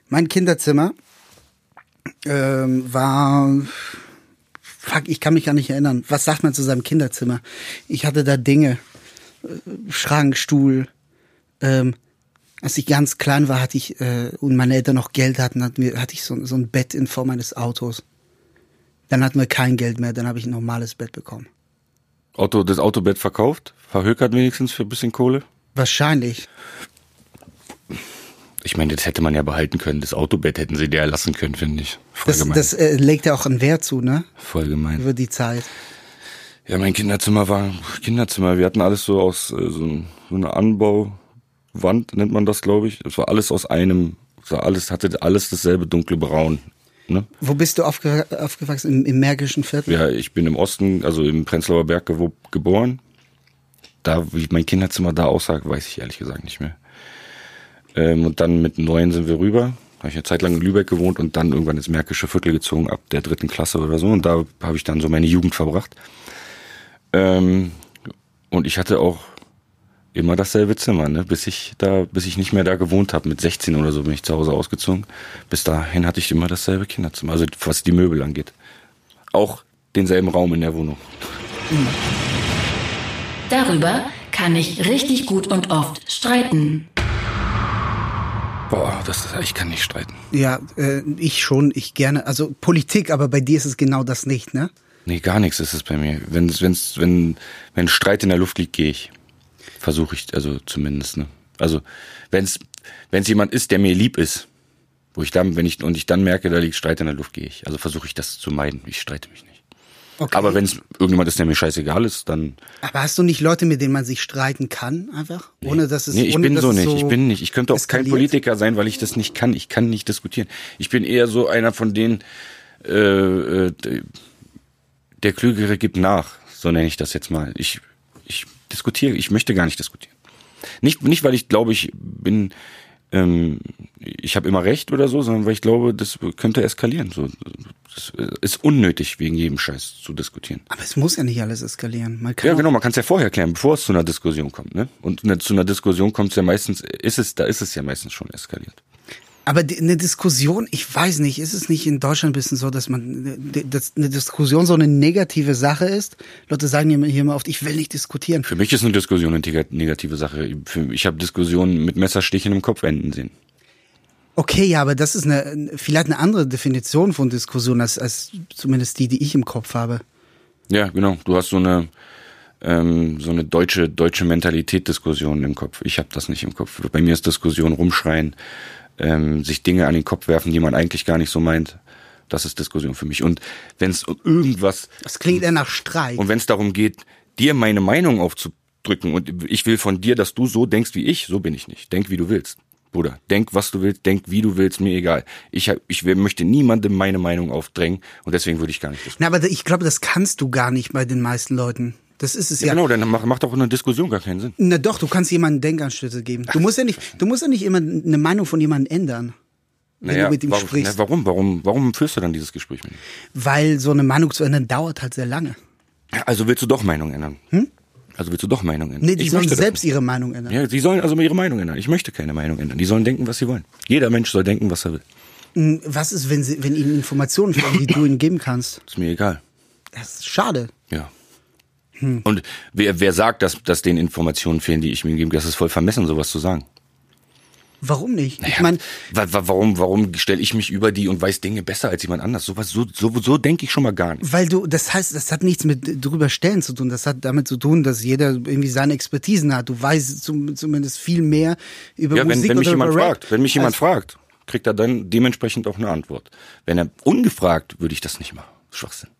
B: Mein Kinderzimmer ähm, war. Fuck, ich kann mich gar nicht erinnern. Was sagt man zu seinem Kinderzimmer? Ich hatte da Dinge. Äh, Schrank, Stuhl, ähm, Als ich ganz klein war, hatte ich, äh, und meine Eltern noch Geld hatten, hatten wir, hatte ich so, so ein Bett in Form eines Autos. Dann hatten wir kein Geld mehr, dann habe ich ein normales Bett bekommen.
A: Auto, das Autobett verkauft? Verhökert wenigstens für ein bisschen Kohle?
B: Wahrscheinlich.
A: Ich meine, das hätte man ja behalten können. Das Autobett hätten sie dir ja lassen können, finde ich. Voll
B: Das,
A: gemein.
B: das äh, legt ja auch einen Wert zu, ne?
A: Voll gemein.
B: Über die Zeit.
A: Ja, mein Kinderzimmer war Kinderzimmer. Wir hatten alles so aus äh, so, ein- so einer Anbauwand, nennt man das, glaube ich. Es war alles aus einem, es war alles, hatte alles dasselbe dunkle Braun. Ne?
B: Wo bist du aufge aufgewachsen? Im, im Märkischen Viertel?
A: Ja, ich bin im Osten, also im Prenzlauer Berg gewo- geboren. Da, wie mein Kinderzimmer da aussah, weiß ich ehrlich gesagt nicht mehr. Ähm, und dann mit neun sind wir rüber. Habe ich eine Zeit lang in Lübeck gewohnt und dann irgendwann ins Märkische Viertel gezogen, ab der dritten Klasse oder so. Und da habe ich dann so meine Jugend verbracht. Ähm, und ich hatte auch immer dasselbe Zimmer, ne? bis ich da, bis ich nicht mehr da gewohnt habe. Mit 16 oder so bin ich zu Hause ausgezogen. Bis dahin hatte ich immer dasselbe Kinderzimmer, also was die Möbel angeht. Auch denselben Raum in der Wohnung.
C: Darüber kann ich richtig gut und oft streiten.
A: Boah, das ist, ich kann nicht streiten.
B: Ja, äh, ich schon, ich gerne. Also Politik, aber bei dir ist es genau das nicht, ne?
A: Nee, gar nichts ist es bei mir. Wenn's, wenn's, wenn, wenn Streit in der Luft liegt, gehe ich. Versuche ich, also zumindest, ne? Also, wenn's, wenn's jemand ist, der mir lieb ist, wo ich dann, wenn ich, und ich dann merke, da liegt Streit in der Luft, gehe ich. Also versuche ich das zu meiden. Ich streite mich nicht.
B: Okay.
A: Aber wenn's irgendjemand ist, der mir scheißegal ist, dann.
B: aber hast du nicht Leute, mit denen man sich streiten kann, einfach? Ohne dass es
A: Nee, ich
B: ohne,
A: bin
B: dass
A: so
B: es
A: nicht. Ich bin nicht. Ich könnte auch
B: eskaliert?
A: kein Politiker sein, weil ich das nicht kann. Ich kann nicht diskutieren. Ich bin eher so einer von denen, äh, äh, d- der Klügere gibt nach. So nenne ich das jetzt mal. Ich, ich diskutiere. Ich möchte gar nicht diskutieren. Nicht, nicht weil ich glaube, ich bin, ähm, ich habe immer recht oder so, sondern weil ich glaube, das könnte eskalieren. So, das ist unnötig, wegen jedem Scheiß zu diskutieren.
B: Aber es muss ja nicht alles eskalieren. Man kann
A: Ja, genau, man kann es ja vorher klären, bevor es zu einer Diskussion kommt, ne? Und ne, zu einer Diskussion kommt es ja meistens, ist es, da ist es ja meistens schon eskaliert.
B: Aber die- eine Diskussion, ich weiß nicht, ist es nicht in Deutschland ein bisschen so, dass man die- dass eine Diskussion so eine negative Sache ist? Leute sagen hier immer- hier immer oft, ich will nicht diskutieren.
A: Für mich ist eine Diskussion eine nega- negative Sache. Für, ich habe Diskussionen mit Messerstichen im Kopf enden sehen.
B: Okay, ja, aber das ist eine vielleicht eine andere Definition von Diskussion als, als zumindest die, die ich im Kopf habe.
A: Ja, genau. Du hast so eine ähm, so eine deutsche deutsche Mentalität Diskussion im Kopf. Ich habe das nicht im Kopf. Bei mir ist Diskussion rumschreien, ähm, sich Dinge an den Kopf werfen, die man eigentlich gar nicht so meint. Das ist Diskussion für mich. Und wenn es um irgendwas
B: Das klingt eher nach Streit.
A: Und wenn es darum geht, dir meine Meinung aufzudrücken und ich will von dir, dass du so denkst wie ich, so bin ich nicht. Denk wie du willst. Bruder, denk, was du willst, denk, wie du willst, mir egal. Ich, hab, ich will, möchte niemandem meine Meinung aufdrängen und deswegen würde ich gar nicht diskutieren.
B: Na, aber ich glaube, das kannst du gar nicht bei den meisten Leuten. Das ist es ja.
A: Genau, dann mach- macht auch eine Diskussion gar keinen Sinn.
B: Na doch, du kannst jemandem Denkanstöße geben. Du musst ja nicht, du musst ja nicht immer eine Meinung von jemandem ändern, wenn du mit ihm
A: warum,
B: sprichst.
A: na, warum, warum, warum führst du dann dieses Gespräch mit ihm?
B: Weil so eine Meinung zu ändern dauert halt sehr lange.
A: Also willst du doch Meinung ändern? Hm? Also willst du doch Meinung ändern?
B: Nee, die
A: Ich
B: sollen
A: möchte das
B: selbst ihre Meinung ändern.
A: nicht. Ja, die sollen also ihre Meinung ändern. Ich möchte keine Meinung ändern. Die sollen denken, was sie wollen. Jeder Mensch soll denken, was er will.
B: Hm, Was ist, wenn, sie, wenn ihnen Informationen fehlen, die du ihnen geben kannst?
A: Ist mir egal.
B: Das ist schade.
A: Ja. Hm. Und wer, wer sagt, dass, dass denen Informationen fehlen, die ich mir gebe, das ist voll vermessen, sowas zu sagen.
B: Warum nicht? Ich
A: Ja,
B: meine,
A: wa- wa- warum warum stelle ich mich über die und weiß Dinge besser als jemand anders? Sowas, so, so, so denke ich schon mal gar nicht.
B: weil du, das heißt, das hat nichts mit drüber stellen zu tun. Das hat damit zu tun, dass jeder irgendwie seine Expertisen hat. Du weißt zum, zumindest viel mehr über
A: Ja, wenn,
B: Musik
A: wenn mich
B: oder
A: jemand
B: über Rap.
A: fragt, wenn mich jemand
B: als-
A: fragt, kriegt er dann dementsprechend auch eine Antwort. Wenn er ungefragt, würde ich das nicht machen. Schwachsinn.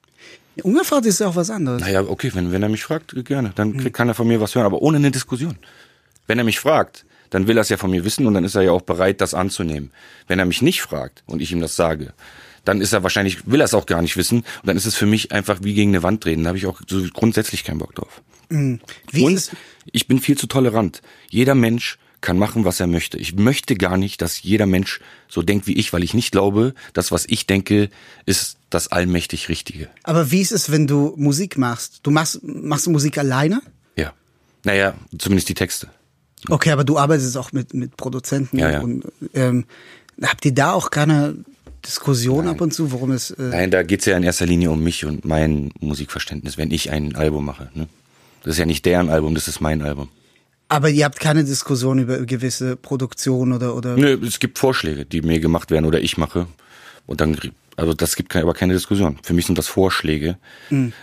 B: Ungefragt Also, ist ja auch was anderes.
A: Naja, okay, wenn, wenn er mich fragt, äh, gerne.
B: Hm.
A: Dann kriegt, kann er von mir was hören, aber ohne eine Diskussion. Wenn er mich fragt, dann will er es ja von mir wissen und dann ist er ja auch bereit, das anzunehmen. Wenn er mich nicht fragt und ich ihm das sage, dann ist er wahrscheinlich, will er es auch gar nicht wissen und dann ist es für mich einfach wie gegen eine Wand reden. Da habe ich auch so grundsätzlich keinen Bock drauf.
B: Wie
A: und
B: ist es-
A: ich bin viel zu tolerant. Jeder Mensch kann machen, was er möchte. Ich möchte gar nicht, dass jeder Mensch so denkt wie ich, weil ich nicht glaube, das, was ich denke, ist das allmächtig Richtige.
B: aber wie ist es, wenn du Musik machst? Du machst, machst du Musik alleine?
A: Ja. Naja, zumindest die Texte.
B: Okay, aber du arbeitest auch mit, mit Produzenten
A: Ja, ja.
B: und ähm, habt ihr da auch keine Diskussion ab und zu, worum es. Äh,
A: Nein, da geht's ja in erster Linie um mich und mein Musikverständnis, wenn ich ein Album mache. Ne? Das ist ja nicht deren Album, das ist mein Album.
B: Aber ihr habt keine Diskussion über gewisse Produktionen oder, oder
A: Nö, es gibt Vorschläge, die mir gemacht werden oder ich mache. Und dann, also das gibt keine, aber keine Diskussion. Für mich sind das Vorschläge.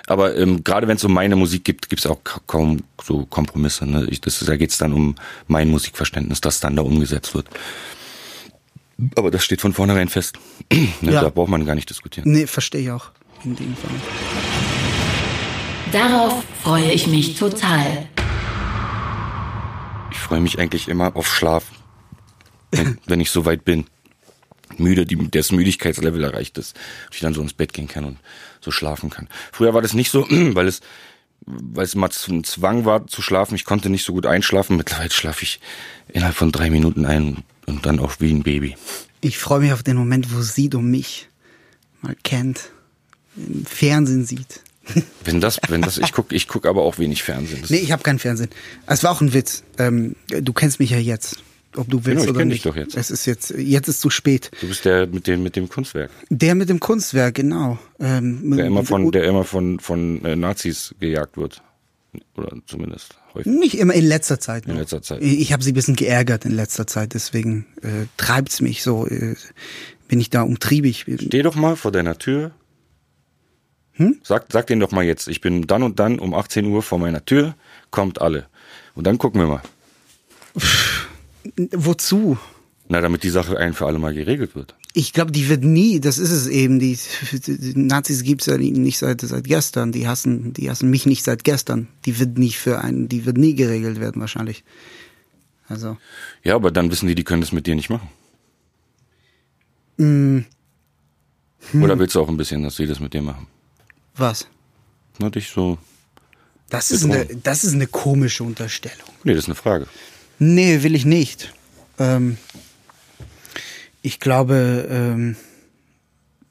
A: Aber ähm, gerade wenn es um meine Musik gibt, gibt es auch ka- kaum so Kompromisse. Ne? Ich, das, da geht es dann um mein Musikverständnis, das dann da umgesetzt wird. Aber das steht von vornherein fest. ne,
B: Ja.
A: Da braucht man gar nicht diskutieren.
B: Nee, verstehe ich auch. In dem Fall.
C: Darauf freue ich mich total.
A: Ich freue mich eigentlich immer auf Schlaf, wenn, wenn ich so weit bin. Müde, die, das Müdigkeitslevel erreicht ist. Und ich dann so ins Bett gehen kann und so schlafen kann. Früher war das nicht so, weil es, weil es mal zum Zwang war zu schlafen. Ich konnte nicht so gut einschlafen. Mittlerweile schlafe ich innerhalb von drei Minuten ein und dann auch wie ein Baby.
B: Ich freue mich auf den Moment, wo Sido mich mal kennt, im Fernsehen sieht.
A: Wenn das, wenn das, ich guck, ich guck aber auch wenig Fernsehen. Das,
B: Nee, ich habe keinen Fernsehen. Es war auch ein Witz. Ähm, du kennst mich ja jetzt. Ob du willst
A: Genau, ich
B: oder
A: kenn
B: nicht.
A: dich doch jetzt.
B: Es ist jetzt, jetzt ist zu spät.
A: Du bist der mit dem, mit dem Kunstwerk.
B: Der mit dem Kunstwerk, genau. Ähm,
A: Der immer von,
B: mit-
A: der immer von, von äh, Nazis gejagt wird. Oder zumindest häufig.
B: nicht immer in letzter Zeit.
A: In
B: nur.
A: letzter Zeit.
B: Ich habe sie ein bisschen geärgert in letzter Zeit, deswegen äh, treibt's mich so. Äh, bin ich da umtriebig.
A: Steh doch mal vor deiner Tür. Hm? Sag, sag denen doch mal jetzt, ich bin dann und dann um 18 Uhr vor meiner Tür, kommt alle. Und dann gucken wir mal.
B: Wozu?
A: Na, damit die Sache ein für alle Mal geregelt wird.
B: Ich glaube, die wird nie, das ist es eben, die, die Nazis gibt's ja nicht seit, seit gestern, die hassen, die hassen mich nicht seit gestern. Die wird nicht für einen, die wird nie geregelt werden wahrscheinlich. Also,
A: Ja, aber dann wissen die, die können das mit dir nicht machen. Oder willst du auch ein bisschen, dass sie das mit dir machen?
B: was?
A: Na, dich so.
B: Das ist, eine, das ist eine komische Unterstellung.
A: Nee, das ist eine Frage.
B: Nee, will ich nicht. Ähm, ich glaube, ähm,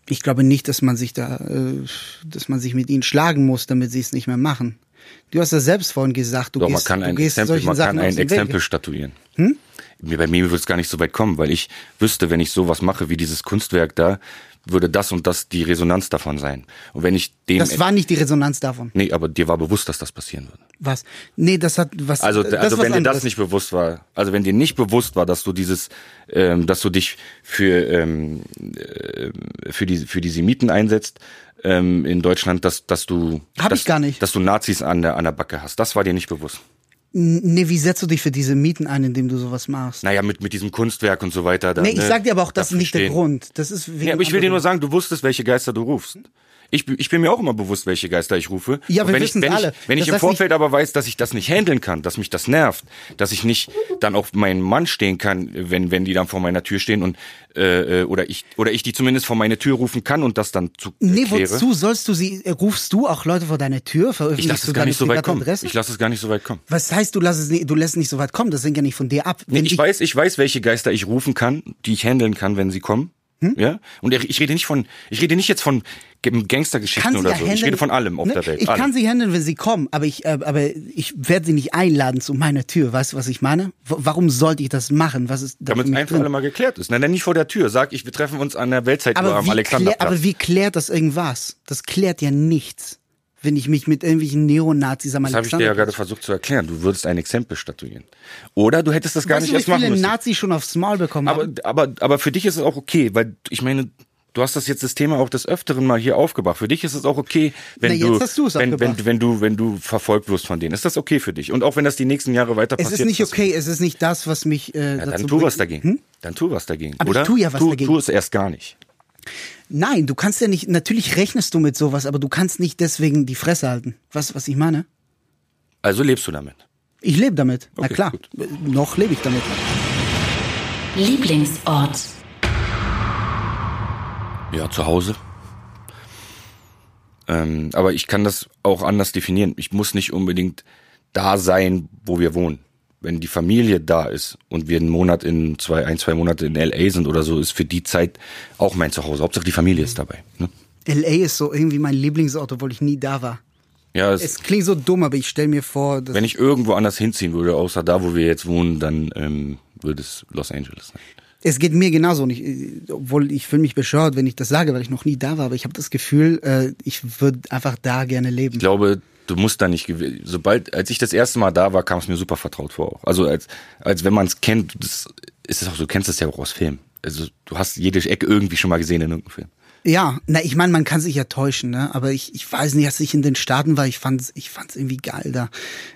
B: ich glaube nicht, dass man sich da, äh, dass man sich mit ihnen schlagen muss, damit sie es nicht mehr machen. Du hast ja selbst vorhin gesagt, du
A: Doch, man
B: gehst,
A: kann
B: du
A: ein
B: gehst
A: Exempel,
B: solchen
A: man
B: Sachen
A: kann
B: aus
A: ein
B: dem Weg.
A: Exempel statuieren. Hm? Bei mir würde es gar nicht so weit kommen, weil ich wüsste, wenn ich sowas mache wie dieses Kunstwerk da, würde das und das die Resonanz davon sein. Und wenn ich dem.
B: Das war nicht die Resonanz davon.
A: nee, aber dir war bewusst, dass das passieren würde.
B: Was? Nee, das hat was.
A: Also,
B: das
A: also
B: ist was
A: wenn dir das
B: anderes.
A: nicht bewusst war, also wenn dir nicht bewusst war, dass du dieses, ähm, dass du dich für ähm, äh, für die für die Semiten einsetzt ähm, in Deutschland, dass dass du
B: Hab
A: dass,
B: ich gar nicht.
A: dass du Nazis an der an der Backe hast, das war dir nicht bewusst.
B: Nee, wie setzt du dich für diese Mieten ein, indem du sowas machst?
A: Naja, mit mit diesem Kunstwerk und so weiter. Da,
B: nee, ich
A: ne,
B: sag dir aber auch, das ist
A: dafür
B: nicht der
A: stehen.
B: Grund. Das ist wegen
A: Nee, aber ich will dir nur
B: anderen-
A: sagen, du wusstest, welche Geister du rufst. Ich, bin- ich bin mir auch immer bewusst, welche Geister ich rufe.
B: Ja,
A: Und
B: wir
A: wenn
B: wissen's
A: ich, wenn
B: alle.
A: Ich, wenn
B: Das
A: ich im
B: heißt
A: Vorfeld aber weiß, dass ich das nicht handeln kann, dass mich das nervt, dass ich nicht dann auf meinen Mann stehen kann, wenn, wenn die dann vor meiner Tür stehen und äh, äh, oder ich oder ich die zumindest vor meine Tür rufen kann und das dann zu
B: Nee,
A: kläre.
B: wozu sollst du sie, äh, rufst du auch Leute vor deine Tür,
A: Ich
B: veröffentlichst
A: lasse
B: du
A: es gar
B: deine
A: nicht so weit
B: private
A: kommen.
B: Adresse?
A: Ich lasse es gar nicht so weit kommen.
B: Was heißt, du lässt, es nicht, du lässt nicht so weit kommen? Das hängt ja nicht von dir ab.
A: Nee,
B: Wenn
A: ich, weiß, ich weiß, welche Geister ich rufen kann, die ich handeln kann, wenn sie kommen.
B: Hm?
A: Ja? Und ich rede nicht von, ich rede nicht jetzt von G-
B: kann
A: Gangstergeschichten
B: sie
A: oder
B: ja
A: so.
B: handeln,
A: Ich rede von allem auf
B: ne?
A: der Welt.
B: Ich
A: allem.
B: kann sie handeln, wenn sie kommen, aber ich, äh, aber ich werde sie nicht einladen zu meiner Tür. Weißt du, was ich meine? W warum sollte ich das machen? Was ist da
A: Damit
B: für
A: es
B: mich
A: ein für
B: drin?
A: alle Mal geklärt ist. Na, dann nicht vor der Tür. Sag ich, wir treffen uns an der Weltzeituhr
B: Aber
A: am
B: wie, klär,
A: Alexanderplatz.
B: aber wie klärt das irgendwas? Das klärt ja nichts, wenn ich mich mit irgendwelchen Neonazis am
A: das habe ich dir ja gerade
B: Alexanderplatz...
A: versucht zu erklären. Du würdest ein Exempel statuieren. Oder du hättest das gar
B: weißt
A: nicht
B: du, wie
A: erst machen
B: viele
A: müssen.
B: Nazis schon aufs Maul bekommen
A: Aber,
B: haben?
A: aber, aber für dich ist es auch okay, weil ich meine, du hast das jetzt das Thema auch des Öfteren mal hier aufgebracht. Für dich ist es auch okay, wenn
B: Na, jetzt
A: du,
B: hast du es
A: wenn,
B: aufgebracht.
A: wenn, wenn du, wenn du verfolgt wirst von denen. Ist das okay für dich? Und auch wenn das die nächsten Jahre weiter
B: Es
A: passiert.
B: ist nicht
A: dass-
B: okay, es ist nicht das, was mich äh,
A: Ja,
B: dazu
A: dann tu
B: bringt. Hm?
A: was dagegen. Dann tu was dagegen.
B: Aber ich
A: oder?
B: tu ja was
A: tu,
B: dagegen.
A: Tu es erst gar nicht.
B: Nein, du kannst ja nicht, natürlich rechnest du mit sowas, aber du kannst nicht deswegen die Fresse halten. Weißt du, was ich meine?
A: Also lebst du damit.
B: Ich lebe damit. Na
A: Okay,
B: klar,
A: gut.
B: Äh, noch lebe ich damit.
C: Lieblingsort.
A: Ja, zu Hause. Ähm, aber ich kann das auch anders definieren. Ich muss nicht unbedingt da sein, wo wir wohnen. Wenn die Familie da ist und wir einen Monat in zwei, ein, zwei Monate in LA sind oder so, ist für die Zeit auch mein Zuhause. Hauptsache die Familie ist dabei. Ne?
B: L.A. ist so irgendwie mein Lieblingsort, obwohl ich nie da war.
A: Ja, es,
B: Es klingt so dumm, aber ich stelle mir vor, dass
A: wenn ich irgendwo anders hinziehen würde, außer da, wo wir jetzt wohnen, dann ähm, würde es Los Angeles ne? sein.
B: Es geht mir genauso und ich, äh, obwohl ich fühle mich bescheuert, wenn ich das sage, weil ich noch nie da war, aber ich habe das Gefühl, äh, ich würde einfach da gerne leben.
A: Ich glaube, Du musst da nicht gew- sobald als ich das erste Mal da war, kam es mir super vertraut vor auch. Also als als wenn man es kennt, das ist es auch so, du kennst es ja auch aus Filmen. Also du hast jede Ecke irgendwie schon mal gesehen in irgendeinem Film.
B: Ja, na, ich meine, man kann sich ja täuschen, ne? Aber ich, ich weiß nicht, als ich in den Staaten war, ich fand's, ich fand's irgendwie geil da.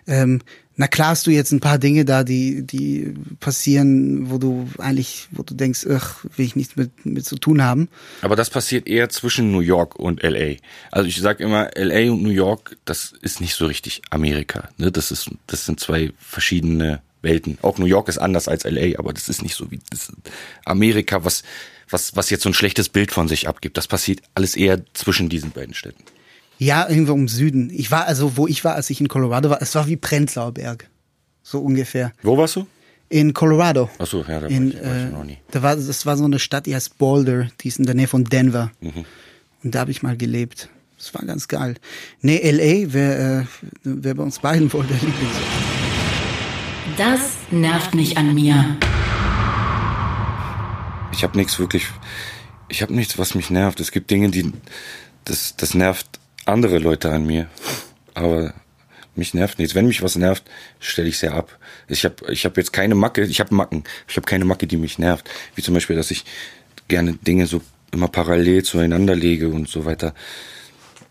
B: Ähm, na klar hast du jetzt ein paar Dinge da, die, die passieren, wo du eigentlich, wo du denkst, ach, will ich nichts mit, mit zu tun haben.
A: Aber das passiert eher zwischen New York und LA. Also ich sage immer, LA und New York, das ist nicht so richtig Amerika. Ne? Das, ist, das sind zwei verschiedene Welten. Auch New York ist anders als LA, aber das ist nicht so wie das Amerika, was, was, was jetzt so ein schlechtes Bild von sich abgibt. Das passiert alles eher zwischen diesen beiden Städten.
B: Ja, irgendwo im Süden. Ich war, also wo ich war, als ich in Colorado war, es war wie Prenzlauer Berg. So ungefähr.
A: Wo warst du?
B: In Colorado.
A: Ach so, ja, da war
B: in,
A: ich- war ich
B: äh,
A: noch nie.
B: Da war, das war so eine Stadt, die heißt Boulder, die ist in der Nähe von Denver.
A: Mhm.
B: Und da habe ich mal gelebt. Das war ganz geil. Nee, L.A., wer, äh, wer bei uns beiden wohl der Lieblingsort.
C: Das nervt mich an mir.
A: Ich habe nichts wirklich. Ich habe nichts, was mich nervt. Es gibt Dinge, die das das nervt andere Leute an mir, aber mich nervt nichts. Wenn mich was nervt, stelle ich es ja ab. Ich habe ich habe jetzt keine Macke. Ich habe Macken. Ich habe keine Macke, die mich nervt. Wie zum Beispiel, dass ich gerne Dinge so immer parallel zueinander lege und so weiter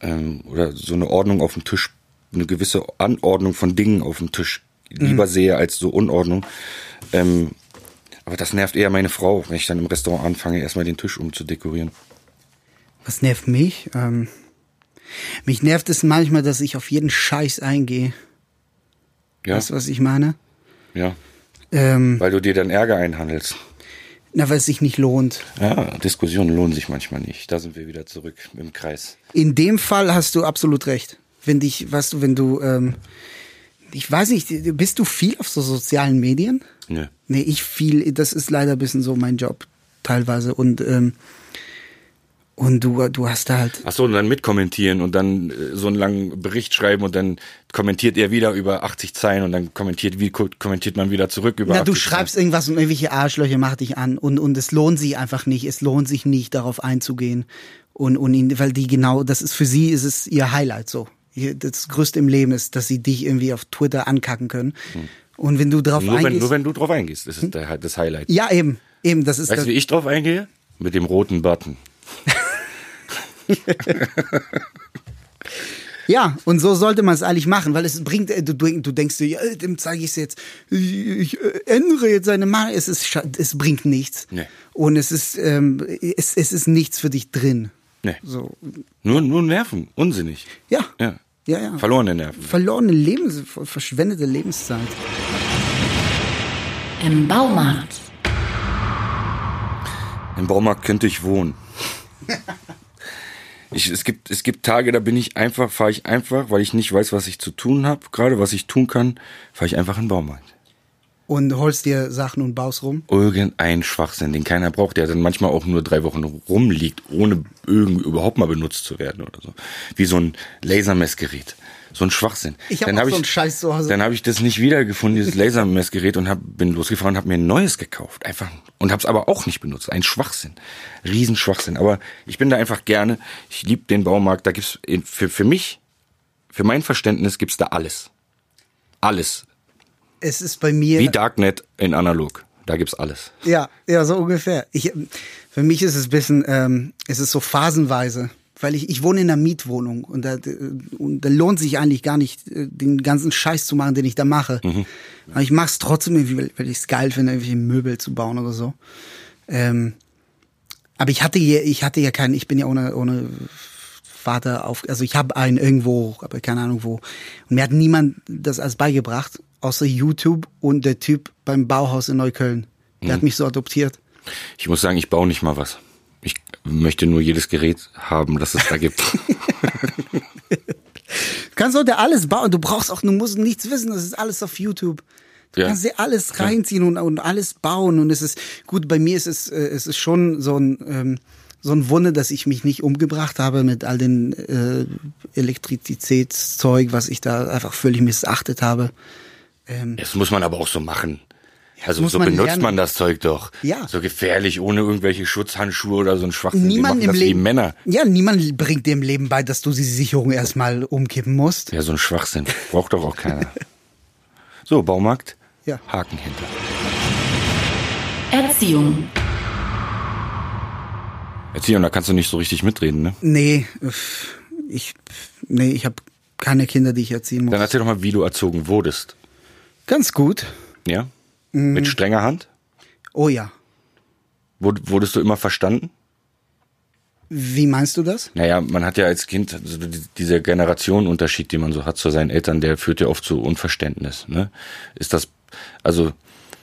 A: ähm, oder so eine Ordnung auf dem Tisch, eine gewisse Anordnung von Dingen auf dem Tisch
B: Mhm.
A: lieber sehe als so Unordnung. Ähm, aber das nervt eher meine Frau, wenn ich dann im Restaurant anfange, erstmal den Tisch umzudekorieren.
B: Was nervt mich? Ähm, mich nervt es manchmal, dass ich auf jeden Scheiß eingehe.
A: Ja,
B: Weißt du, was ich meine?
A: ja.
B: Ähm,
A: Weil du dir dann Ärger einhandelst.
B: na, weil es sich nicht lohnt.
A: Ja, Diskussionen lohnen sich manchmal nicht. Da sind wir wieder zurück im Kreis.
B: In dem Fall hast du absolut recht. Wenn dich, weißt du, wenn du, ähm, ich weiß nicht, bist du viel auf so sozialen Medien?
A: Nö.
B: Nee, ich viel, das ist leider ein bisschen so mein Job teilweise und ähm, und du du hast da halt
A: Ach so, und dann mitkommentieren und dann äh, so einen langen Bericht schreiben und dann kommentiert er wieder über 80 Zeilen und dann kommentiert wie kommentiert man wieder zurück über
B: na,
A: 80
B: du
A: Zeilen.
B: schreibst irgendwas und irgendwelche Arschlöcher machen dich an und und es lohnt sich einfach nicht, es lohnt sich nicht darauf einzugehen und und ihn, weil die genau, das ist für sie ist es ihr Highlight so. Ihr- Das größte im Leben ist, dass sie dich irgendwie auf Twitter ankacken können. Und wenn du drauf
A: Hm. Nur wenn,
B: eingehst,
A: nur wenn du drauf eingehst, das ist der, das Highlight.
B: ja eben, eben, das ist
A: Weißt
B: das,
A: du, wie ich drauf eingehe? Mit dem roten Button.
B: Ja, und so sollte man es eigentlich machen, weil es bringt, äh, du, du du denkst dir, ja, äh, dem zeige ich es jetzt, ich, ich äh, ändere jetzt seine Meinung, es, ist, scha- es bringt nichts.
A: Nee.
B: Und es ist, ähm, es, es ist nichts für dich drin.
A: Nee.
B: So,
A: Nur, nur Nerven. Unsinnig.
B: ja.
A: Ja.
B: Ja, ja.
A: Verlorene Nerven.
B: Verlorene Lebens, ver- verschwendete Lebenszeit.
C: Im Baumarkt.
A: Im Baumarkt könnte ich wohnen. Ich, es, gibt, es gibt Tage, da bin ich einfach, fahre ich einfach, weil ich nicht weiß, was ich zu tun habe, gerade was ich tun kann, fahre ich einfach in den Baumarkt.
B: Und holst dir Sachen und baust rum.
A: Irgendein Schwachsinn, den keiner braucht, der dann manchmal auch nur drei Wochen rumliegt, ohne irgend, überhaupt mal benutzt zu werden oder so. Wie so ein Lasermessgerät. So ein Schwachsinn.
B: Ich hab
A: Dann
B: auch
A: hab
B: so einen Scheiß zu Hause.
A: Dann habe ich das nicht wiedergefunden, dieses Lasermessgerät und hab, bin losgefahren und habe mir ein neues gekauft. Einfach. Und habe es aber auch nicht benutzt. Ein Schwachsinn. Riesenschwachsinn. Aber ich bin da einfach gerne. Ich liebe den Baumarkt. Da gibt's in- für, für mich, für mein Verständnis gibt's da alles. Alles.
B: Es ist bei mir.
A: Wie Darknet in analog. Da gibt's alles.
B: Ja, ja, so ungefähr. Ich, ähm, für mich ist es ein bisschen, ähm, es ist so phasenweise, weil ich, ich wohne in einer Mietwohnung und da, äh, und da lohnt sich eigentlich gar nicht, äh, den ganzen Scheiß zu machen, den ich da mache. Aber ich mach's trotzdem irgendwie, weil, weil ich es geil finde, irgendwelche Möbel zu bauen oder so. Ähm, aber ich hatte hier, ich hatte ja keinen, ich bin ja ohne, ohne Vater auf, also ich habe einen irgendwo, aber keine Ahnung wo. Und mir hat niemand das als beigebracht, außer YouTube und der Typ beim Bauhaus in Neukölln. Der
A: Mhm.
B: hat mich so adoptiert.
A: Ich muss sagen, ich baue nicht mal was. Ich möchte nur jedes Gerät haben, das es da gibt.
B: Du kannst heute alles bauen, du brauchst auch, du musst nichts wissen, das ist alles auf YouTube. Du
A: Ja.
B: kannst dir alles reinziehen und, und alles bauen und es ist, gut, bei mir ist es, äh, es ist schon so ein, ähm, so ein Wunder, dass ich mich nicht umgebracht habe mit all den äh, Elektrizitätszeug, was ich da einfach völlig missachtet habe.
A: das muss man aber auch so machen. Also
B: muss
A: so
B: man
A: benutzt
B: lernen.
A: man das Zeug doch.
B: Ja.
A: So gefährlich, ohne irgendwelche Schutzhandschuhe oder so ein Schwachsinn.
B: Niemand
A: die machen
B: im
A: das wie
B: Leben.
A: Männer.
B: Ja, niemand bringt dir im Leben bei, dass du die Sicherung erstmal umkippen musst.
A: Ja, so ein Schwachsinn. Braucht doch auch keiner. so, Baumarkt.
B: Ja.
A: Haken hinter.
C: Erziehung.
A: Erziehung, da kannst du nicht so richtig mitreden, ne?
B: Nee, pff, ich, pff, nee, ich habe keine Kinder, die ich erziehen muss.
A: Dann erzähl doch mal, wie du erzogen wurdest.
B: Ganz gut.
A: Ja?
B: Mhm.
A: Mit strenger Hand?
B: Oh ja.
A: Wurd- Wurdest du immer verstanden?
B: Wie meinst du das?
A: Naja, man hat ja als Kind so die- dieser Generationenunterschied, den man so hat zu seinen Eltern, der führt ja oft zu Unverständnis. Ne? Ist das, also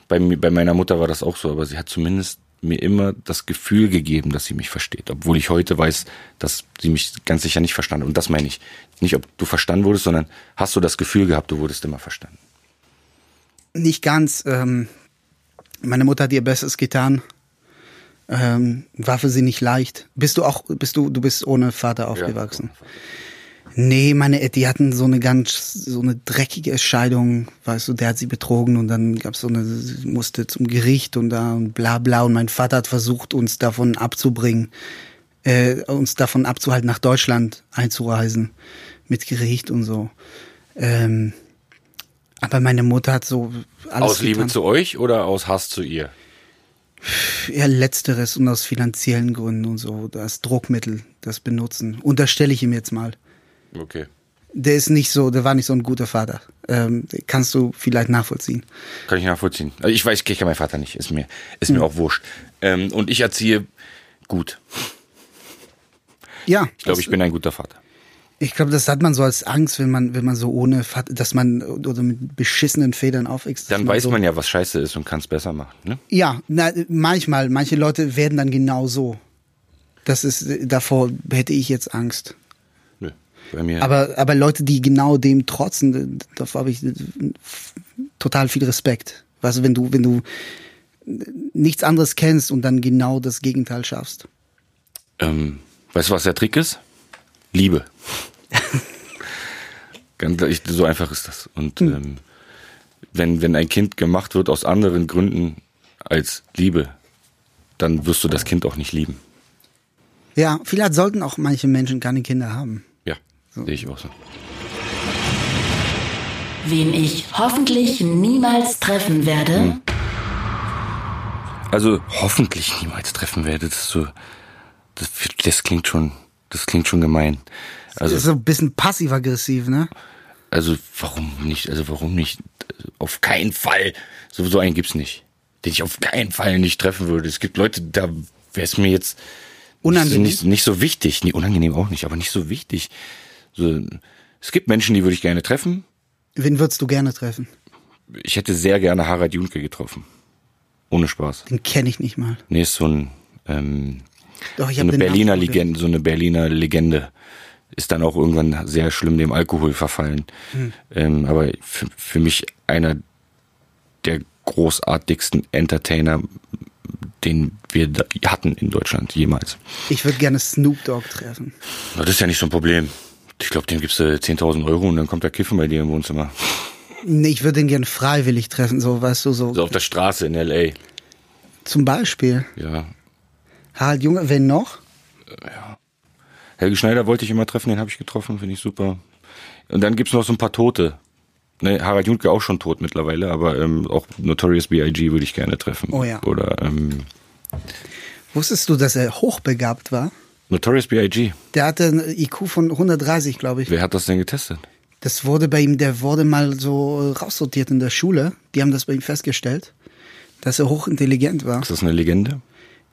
A: bei, mi- bei meiner Mutter war das auch so, aber sie hat zumindest mir immer das Gefühl gegeben, dass sie mich versteht, obwohl ich heute weiß, dass sie mich ganz sicher nicht verstand. Und das meine ich nicht, ob du verstanden wurdest, sondern hast du das Gefühl gehabt, du wurdest immer verstanden.
B: Nicht ganz. Ähm, meine Mutter hat ihr Bestes getan. Ähm, war für sie nicht leicht. Bist du auch, bist du, du bist ohne Vater aufgewachsen? Nee, meine, Ed- die hatten so eine ganz, so eine dreckige Scheidung, weißt du, der hat sie betrogen und dann gab's so eine, sie musste zum Gericht und da und bla bla und mein Vater hat versucht, uns davon abzubringen, äh, uns davon abzuhalten, nach Deutschland einzureisen, mit Gericht und so. Ähm, aber meine Mutter hat so alles
A: Aus Liebe
B: getan.
A: zu euch oder aus Hass zu ihr?
B: Ja, letzteres und aus finanziellen Gründen und so, das Druckmittel, das Benutzen, unterstelle ich ihm jetzt mal.
A: Okay.
B: der ist nicht so, der war nicht so ein guter Vater. Ähm, kannst du vielleicht nachvollziehen.
A: Kann ich nachvollziehen. Also ich weiß, ich kenne meinen Vater nicht. Ist mir, ist
B: Hm.
A: mir auch wurscht. Ähm, und ich erziehe gut.
B: Ja,
A: Ich glaube, ich bin ein guter Vater.
B: ich glaube, das hat man so als Angst, wenn man, wenn man so ohne, Vater, dass man oder mit beschissenen Federn aufwächst. dass
A: Dann weiß
B: so,
A: man ja, was scheiße ist und kann es besser machen. Ne?
B: Ja, na, manchmal, manche Leute werden dann genau so. Das ist äh, davor hätte ich jetzt Angst.
A: Nö. Bei mir.
B: Aber, aber Leute, die genau dem trotzen, davor habe ich äh, f- total viel Respekt. Weißt du, wenn du, wenn du äh, nichts anderes kennst und dann genau das Gegenteil schaffst.
A: ähm, weißt du, was der Trick ist? Liebe. Ganz, ich, so einfach ist das. Und
B: Hm.
A: ähm, wenn, wenn ein Kind gemacht wird aus anderen Gründen als Liebe, dann wirst du das Kind auch nicht lieben.
B: Ja, vielleicht sollten auch manche Menschen keine Kinder haben.
A: Ja, sehe ich auch so.
C: Wen ich hoffentlich niemals treffen werde.
A: Also hoffentlich niemals treffen werde. Das, ist so, das, das klingt schon, das klingt schon gemein.
B: Das
A: Also,
B: ist so ein bisschen passiv-aggressiv, ne?
A: also warum nicht? Also warum nicht? Also, Auf keinen Fall. So, so einen gibt's nicht, den ich auf keinen Fall nicht treffen würde. Es gibt Leute, da wäre es mir jetzt
B: Unangenehm.
A: Nicht, nicht so wichtig. Nee, unangenehm auch nicht, aber nicht so wichtig. So, es gibt Menschen, die würde ich gerne treffen.
B: Wen würdest du gerne treffen?
A: Ich hätte sehr gerne Harald Junke getroffen. Ohne Spaß.
B: Den kenne ich nicht mal.
A: Nee, ist so ein ähm,
B: Doch, ich
A: so
B: hab
A: eine
B: den Namen
A: Berliner
B: schon gehört.
A: Legende, so eine Berliner Legende ist dann auch irgendwann sehr schlimm dem Alkohol verfallen.
B: Hm.
A: Ähm, aber für, für mich einer der großartigsten Entertainer, den wir da hatten in Deutschland jemals.
B: Ich würde gerne Snoop Dogg treffen.
A: Na, das ist ja nicht so ein Problem. Ich glaube, dem gibst du 10.000 Euro und dann kommt der Kiffen bei dir im Wohnzimmer.
B: Nee, ich würde ihn gerne freiwillig treffen, so, weißt du, so.
A: So Also auf der Straße in L.A.
B: Zum Beispiel.
A: Ja.
B: Harald Junge, wen noch?
A: Helge Schneider wollte ich immer treffen, den habe ich getroffen, finde ich super. Und dann gibt's noch so ein paar Tote. Ne, Harald Junke auch schon tot mittlerweile, aber ähm, auch Notorious B.I.G. würde ich gerne treffen.
B: Oh ja.
A: Oder ähm,
B: Wusstest du, dass er hochbegabt war?
A: Notorious B.I.G.
B: Der hatte einen IQ von 130, glaube ich.
A: Wer hat das denn getestet?
B: Das wurde bei ihm, der wurde mal so raussortiert in der Schule. Die haben das bei ihm festgestellt, dass er hochintelligent war.
A: Ist das eine Legende?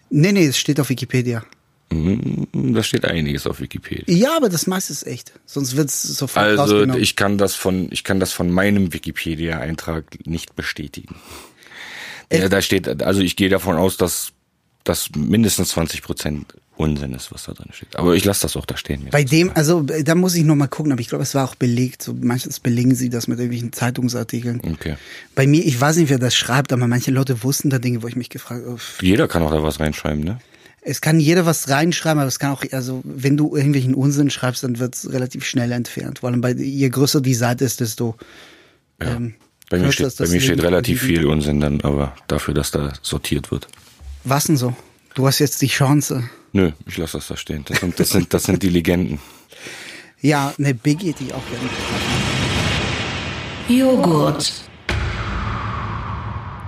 B: Nee, nee, es steht auf Wikipedia.
A: Hm, Da steht einiges auf Wikipedia.
B: Ja, aber das meiste ist echt. Sonst wird's sofort
A: Also
B: rausgenommen.
A: ich kann das von ich kann das von meinem Wikipedia-Eintrag nicht bestätigen. Ja, da steht also ich gehe davon aus, dass das mindestens 20 Prozent Unsinn ist, was da drin steht. Aber ich lasse das auch da stehen. mir
B: Bei dem, also äh, da muss ich nochmal gucken, aber ich glaube, es war auch belegt. So, manches belegen sie das mit irgendwelchen Zeitungsartikeln.
A: Okay.
B: Bei mir, ich weiß nicht, wer das schreibt, aber manche Leute wussten da Dinge, wo ich mich gefragt habe. pff,
A: Jeder kann auch da was reinschreiben, ne?
B: Es kann jeder was reinschreiben, aber es kann auch, also wenn du irgendwelchen Unsinn schreibst, dann wird's relativ schnell entfernt. Vor allem bei je größer die Seite ist, desto. Ähm,
A: Bei mir
B: Kürzer
A: steht,
B: ist
A: bei
B: das
A: mir steht
B: Leben.
A: relativ viel Unsinn dann, aber dafür, dass da sortiert wird.
B: Was denn so? Du hast jetzt die Chance.
A: Nö, ich lasse das da stehen. Das sind, das sind, das sind die Legenden.
B: Ja, ne, Biggie hätte ich auch gerne.
C: Joghurt.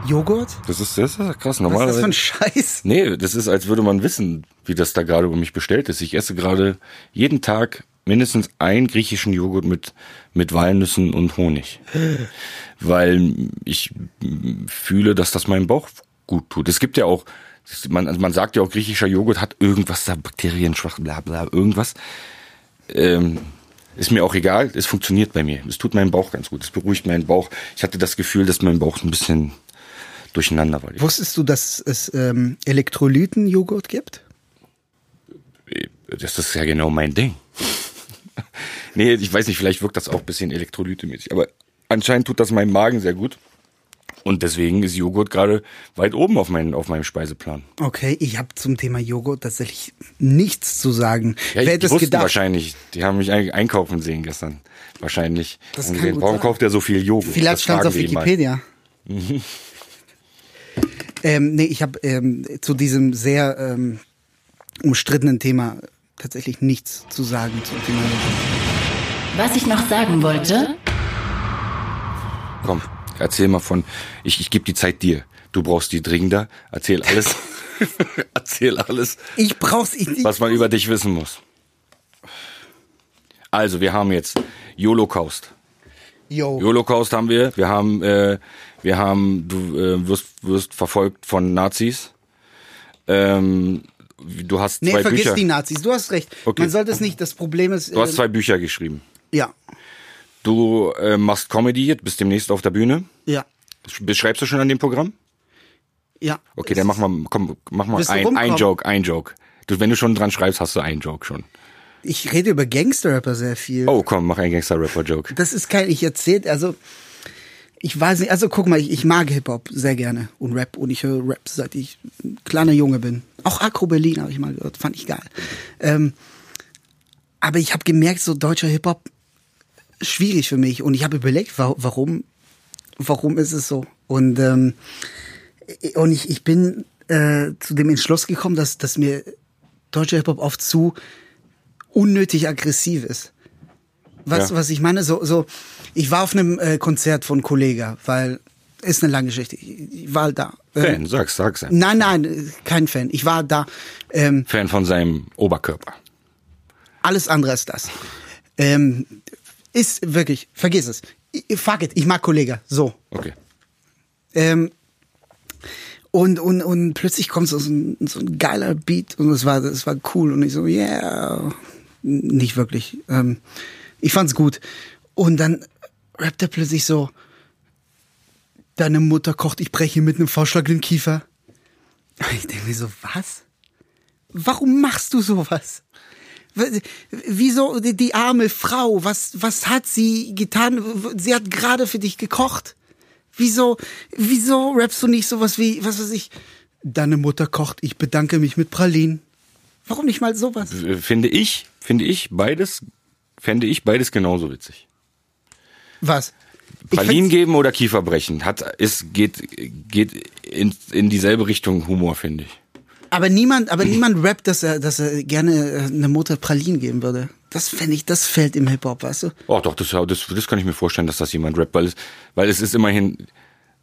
B: Joghurt?
A: Das ist, das ist krass.
B: Was ist
A: Normalerweise.
B: das für ein Scheiß?
A: Nee, das ist, als würde man wissen, wie das da gerade um mich bestellt ist. Ich esse gerade jeden Tag mindestens einen griechischen Joghurt mit, mit Walnüssen und Honig. Weil ich mm, fühle, dass das meinem Bauch gut tut. Es gibt ja auch, es- man, also man sagt ja auch, griechischer Joghurt hat irgendwas da, Bakterien schwach, bla bla, irgendwas. Ähm, ist mir auch egal, es funktioniert bei mir. Es tut meinem Bauch ganz gut. Es beruhigt meinen Bauch. Ich hatte das Gefühl, dass mein Bauch ein bisschen durcheinander war.
B: Wusstest du, dass es ähm, Elektrolyten-Joghurt gibt?
A: das ist ja genau mein Ding. nee, ich weiß nicht, vielleicht wirkt das auch ein bisschen elektrolytemäßig, aber anscheinend tut das meinem Magen sehr gut. Und deswegen ist Joghurt gerade weit oben auf, meinen, auf meinem Speiseplan.
B: Okay, ich habe zum Thema Joghurt tatsächlich nichts zu sagen.
A: Ja,
B: Wer
A: ich-
B: hätte
A: die
B: es
A: wussten
B: gedacht?
A: wahrscheinlich. Die haben mich ein- einkaufen sehen gestern. Wahrscheinlich.
B: Das
A: Haben
B: kann
A: gesehen,
B: gut
A: warum
B: sein.
A: kauft er so viel Joghurt?
B: Vielleicht
A: Das
B: stand es
A: fragen
B: auf
A: wir ihn mal. Mhm.
B: Wikipedia. ähm, nee, ich habe ähm, zu diesem sehr ähm, umstrittenen Thema tatsächlich nichts zu sagen zum Thema Joghurt.
C: Was ich noch sagen wollte,
A: Komm, erzähl mal von. Ich, ich gebe die Zeit dir. Du brauchst die dringender. Erzähl alles. erzähl alles.
B: Ich brauch's ich nicht.
A: was man über dich wissen muss. Also, wir haben jetzt Holocaust.
B: Yo.
A: Holocaust haben wir. Wir haben, äh, wir haben, du äh, wirst, wirst verfolgt von Nazis. Ähm, du hast
B: Nee,
A: zwei
B: vergiss
A: Bücher.
B: die Nazis. Du hast recht.
A: Okay.
B: Man sollte es nicht. Das Problem ist.
A: du hast
B: ähm,
A: zwei Bücher geschrieben.
B: ja,
A: Du äh, machst Comedy jetzt, bist demnächst auf der Bühne.
B: ja,
A: Beschreibst du schon an dem Programm?
B: ja.
A: Okay, dann mach mal, komm, mach mal
B: Wirst du
A: ein, ein
B: rumkommen?
A: Joke, ein Joke. Du, wenn du schon dran schreibst, hast du einen Joke schon.
B: Ich rede über Gangster-Rapper sehr viel.
A: Oh, komm, mach einen Gangster-Rapper-Joke.
B: Das ist kein, ich erzähle, also ich weiß nicht, also guck mal, ich, ich mag Hip-Hop sehr gerne und Rap und ich höre Rap, seit ich ein kleiner Junge bin. Auch Akro Berlin habe ich mal gehört, fand ich geil. Ähm, aber ich habe gemerkt, so deutscher Hip-Hop, schwierig für mich und ich habe überlegt, wa warum, warum ist es so? Und, ähm, und ich, ich bin äh, zu dem Entschluss gekommen, dass, dass mir deutscher Hip-Hop oft zu unnötig aggressiv ist. Was,
A: Ja.
B: was ich meine, so, so, ich war auf einem äh, Konzert von Kollega, weil ist eine lange Geschichte. Ich, ich war da. Ähm,
A: Fan, sag's, sag's. einfach.
B: nein, nein, äh, kein Fan. Ich war da. Ähm,
A: Fan von seinem Oberkörper.
B: alles andere ist das. Ähm, ist wirklich, vergiss es. I- Fuck it, ich mag Kollega. So.
A: Okay.
B: Ähm, und, und, und plötzlich kommt so ein, so ein geiler Beat und es war, es war cool und ich so, yeah. Nicht wirklich. Ähm, ich fand's gut. Und dann rappt er plötzlich so, deine Mutter kocht, ich breche mit einem Vorschlag den Kiefer. Und ich denke mir so, was? Warum machst du sowas? W- Wieso die, die arme Frau? Was, was hat sie getan? W- Sie hat gerade für dich gekocht. Wieso, wieso rappst du nicht sowas wie, was weiß ich, deine Mutter kocht, ich bedanke mich mit Pralinen? Warum nicht mal sowas?
A: finde ich, finde ich beides, fände ich beides genauso witzig.
B: Was? Ich
A: Pralinen
B: find's-
A: geben oder Kiefer brechen, hat, ist, geht, geht in, in dieselbe Richtung Humor, finde ich.
B: aber niemand, aber niemand rappt, dass er, dass er gerne äh, eine Mutter Pralinen geben würde. Das fände ich, das fällt im Hip-Hop, weißt du?
A: Oh, doch, das, das, das kann ich mir vorstellen, dass das jemand rappt, weil es, weil es ist immerhin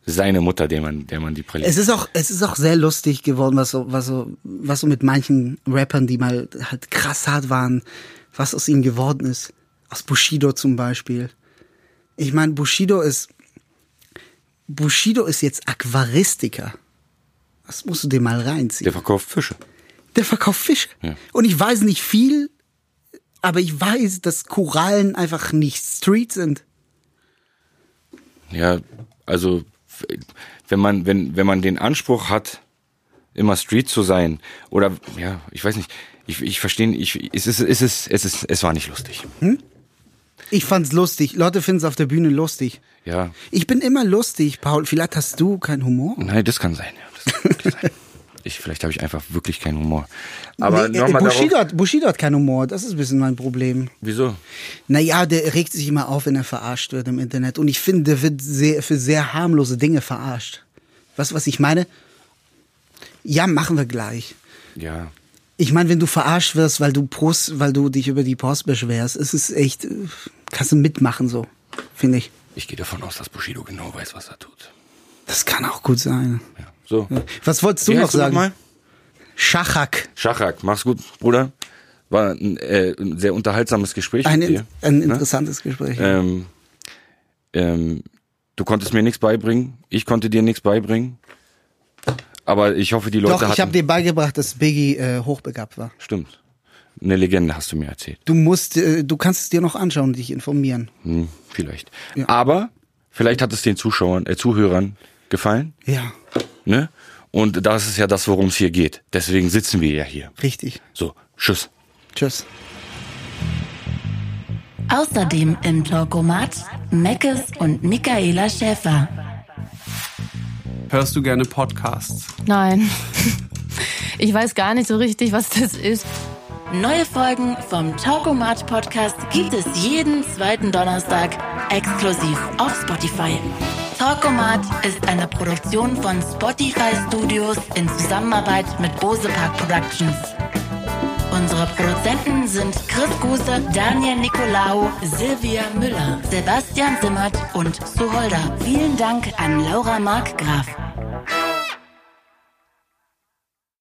A: seine Mutter, der man, der man die Pralinen.
B: Es ist auch, es ist auch sehr lustig geworden, was so, was so, was so mit manchen Rappern, die mal halt krass hart waren, was aus ihnen geworden ist. Aus Bushido zum Beispiel. Ich meine, Bushido ist, Bushido ist jetzt Aquaristiker. Das musst du dir mal reinziehen.
A: der verkauft Fische.
B: Der verkauft Fische.
A: Ja.
B: Und ich weiß nicht viel, aber ich weiß, dass Korallen einfach nicht Street sind.
A: Ja, also wenn man wenn wenn man den Anspruch hat, immer Street zu sein oder ja, ich weiß nicht, ich, ich verstehe, ich es ist es ist es ist es war nicht lustig.
B: Ich fand's lustig. Leute finden's auf der Bühne lustig.
A: Ja,
B: Ich bin immer lustig, Paul. Vielleicht hast du keinen Humor.
A: nein, das kann sein. Ja, das kann sein. Ich, vielleicht habe ich einfach wirklich keinen Humor.
B: Aber
A: Aber
B: nee, äh,
A: nochmal
B: Bushido,
A: darauf.
B: hat, Bushido hat keinen Humor, das ist ein bisschen mein Problem.
A: Wieso?
B: Naja, der regt sich immer auf, wenn er verarscht wird im Internet. Und ich finde, der wird sehr, für sehr harmlose Dinge verarscht. Weißt du, was ich meine? Ja, machen wir gleich.
A: Ja.
B: Ich meine, wenn du verarscht wirst, weil du Post, weil du dich über die Post beschwerst, ist es echt, äh, kannst du mitmachen so, finde ich.
A: Ich gehe davon aus, dass Bushido genau weiß, was er tut.
B: Das kann auch gut sein.
A: Ja. So.
B: Was wolltest du
A: Wie
B: noch
A: heißt du
B: sagen?
A: nochmal?
B: Schachak.
A: Schachak, mach's gut, Bruder. War ein, äh, ein sehr unterhaltsames Gespräch
B: Ein,
A: mit dir.
B: ein
A: ne?
B: interessantes Gespräch.
A: Ähm, ähm, du konntest mir nichts beibringen, ich konnte dir nichts beibringen. Aber ich hoffe, die Leute
B: Doch, ich habe
A: hatten.
B: dir beigebracht, dass Biggie äh, hochbegabt war.
A: stimmt. Eine Legende hast du mir erzählt.
B: Du musst, äh, du kannst es dir noch anschauen und dich informieren.
A: Hm, vielleicht.
B: Ja.
A: Aber vielleicht hat es den Zuschauern, äh, Zuhörern gefallen.
B: Ja,
A: Ne? Und das ist ja das, worum es hier geht. Deswegen sitzen wir ja hier.
B: richtig.
A: So, tschüss.
B: Tschüss.
C: Außerdem im Talkomat Meckes und Michaela Schäfer.
D: Hörst du gerne Podcasts?
E: Nein. Ich weiß gar nicht so richtig, was das ist.
C: Neue Folgen vom Talkomat Podcast gibt es jeden zweiten Donnerstag exklusiv auf Spotify. Talkomat ist eine Produktion von Spotify Studios in Zusammenarbeit mit Bose Park Productions. Unsere Produzenten sind Chris Guse, Daniel Nicolaou, Silvia Müller, Sebastian Simmert und Suholder. Vielen Dank an Laura Markgraf.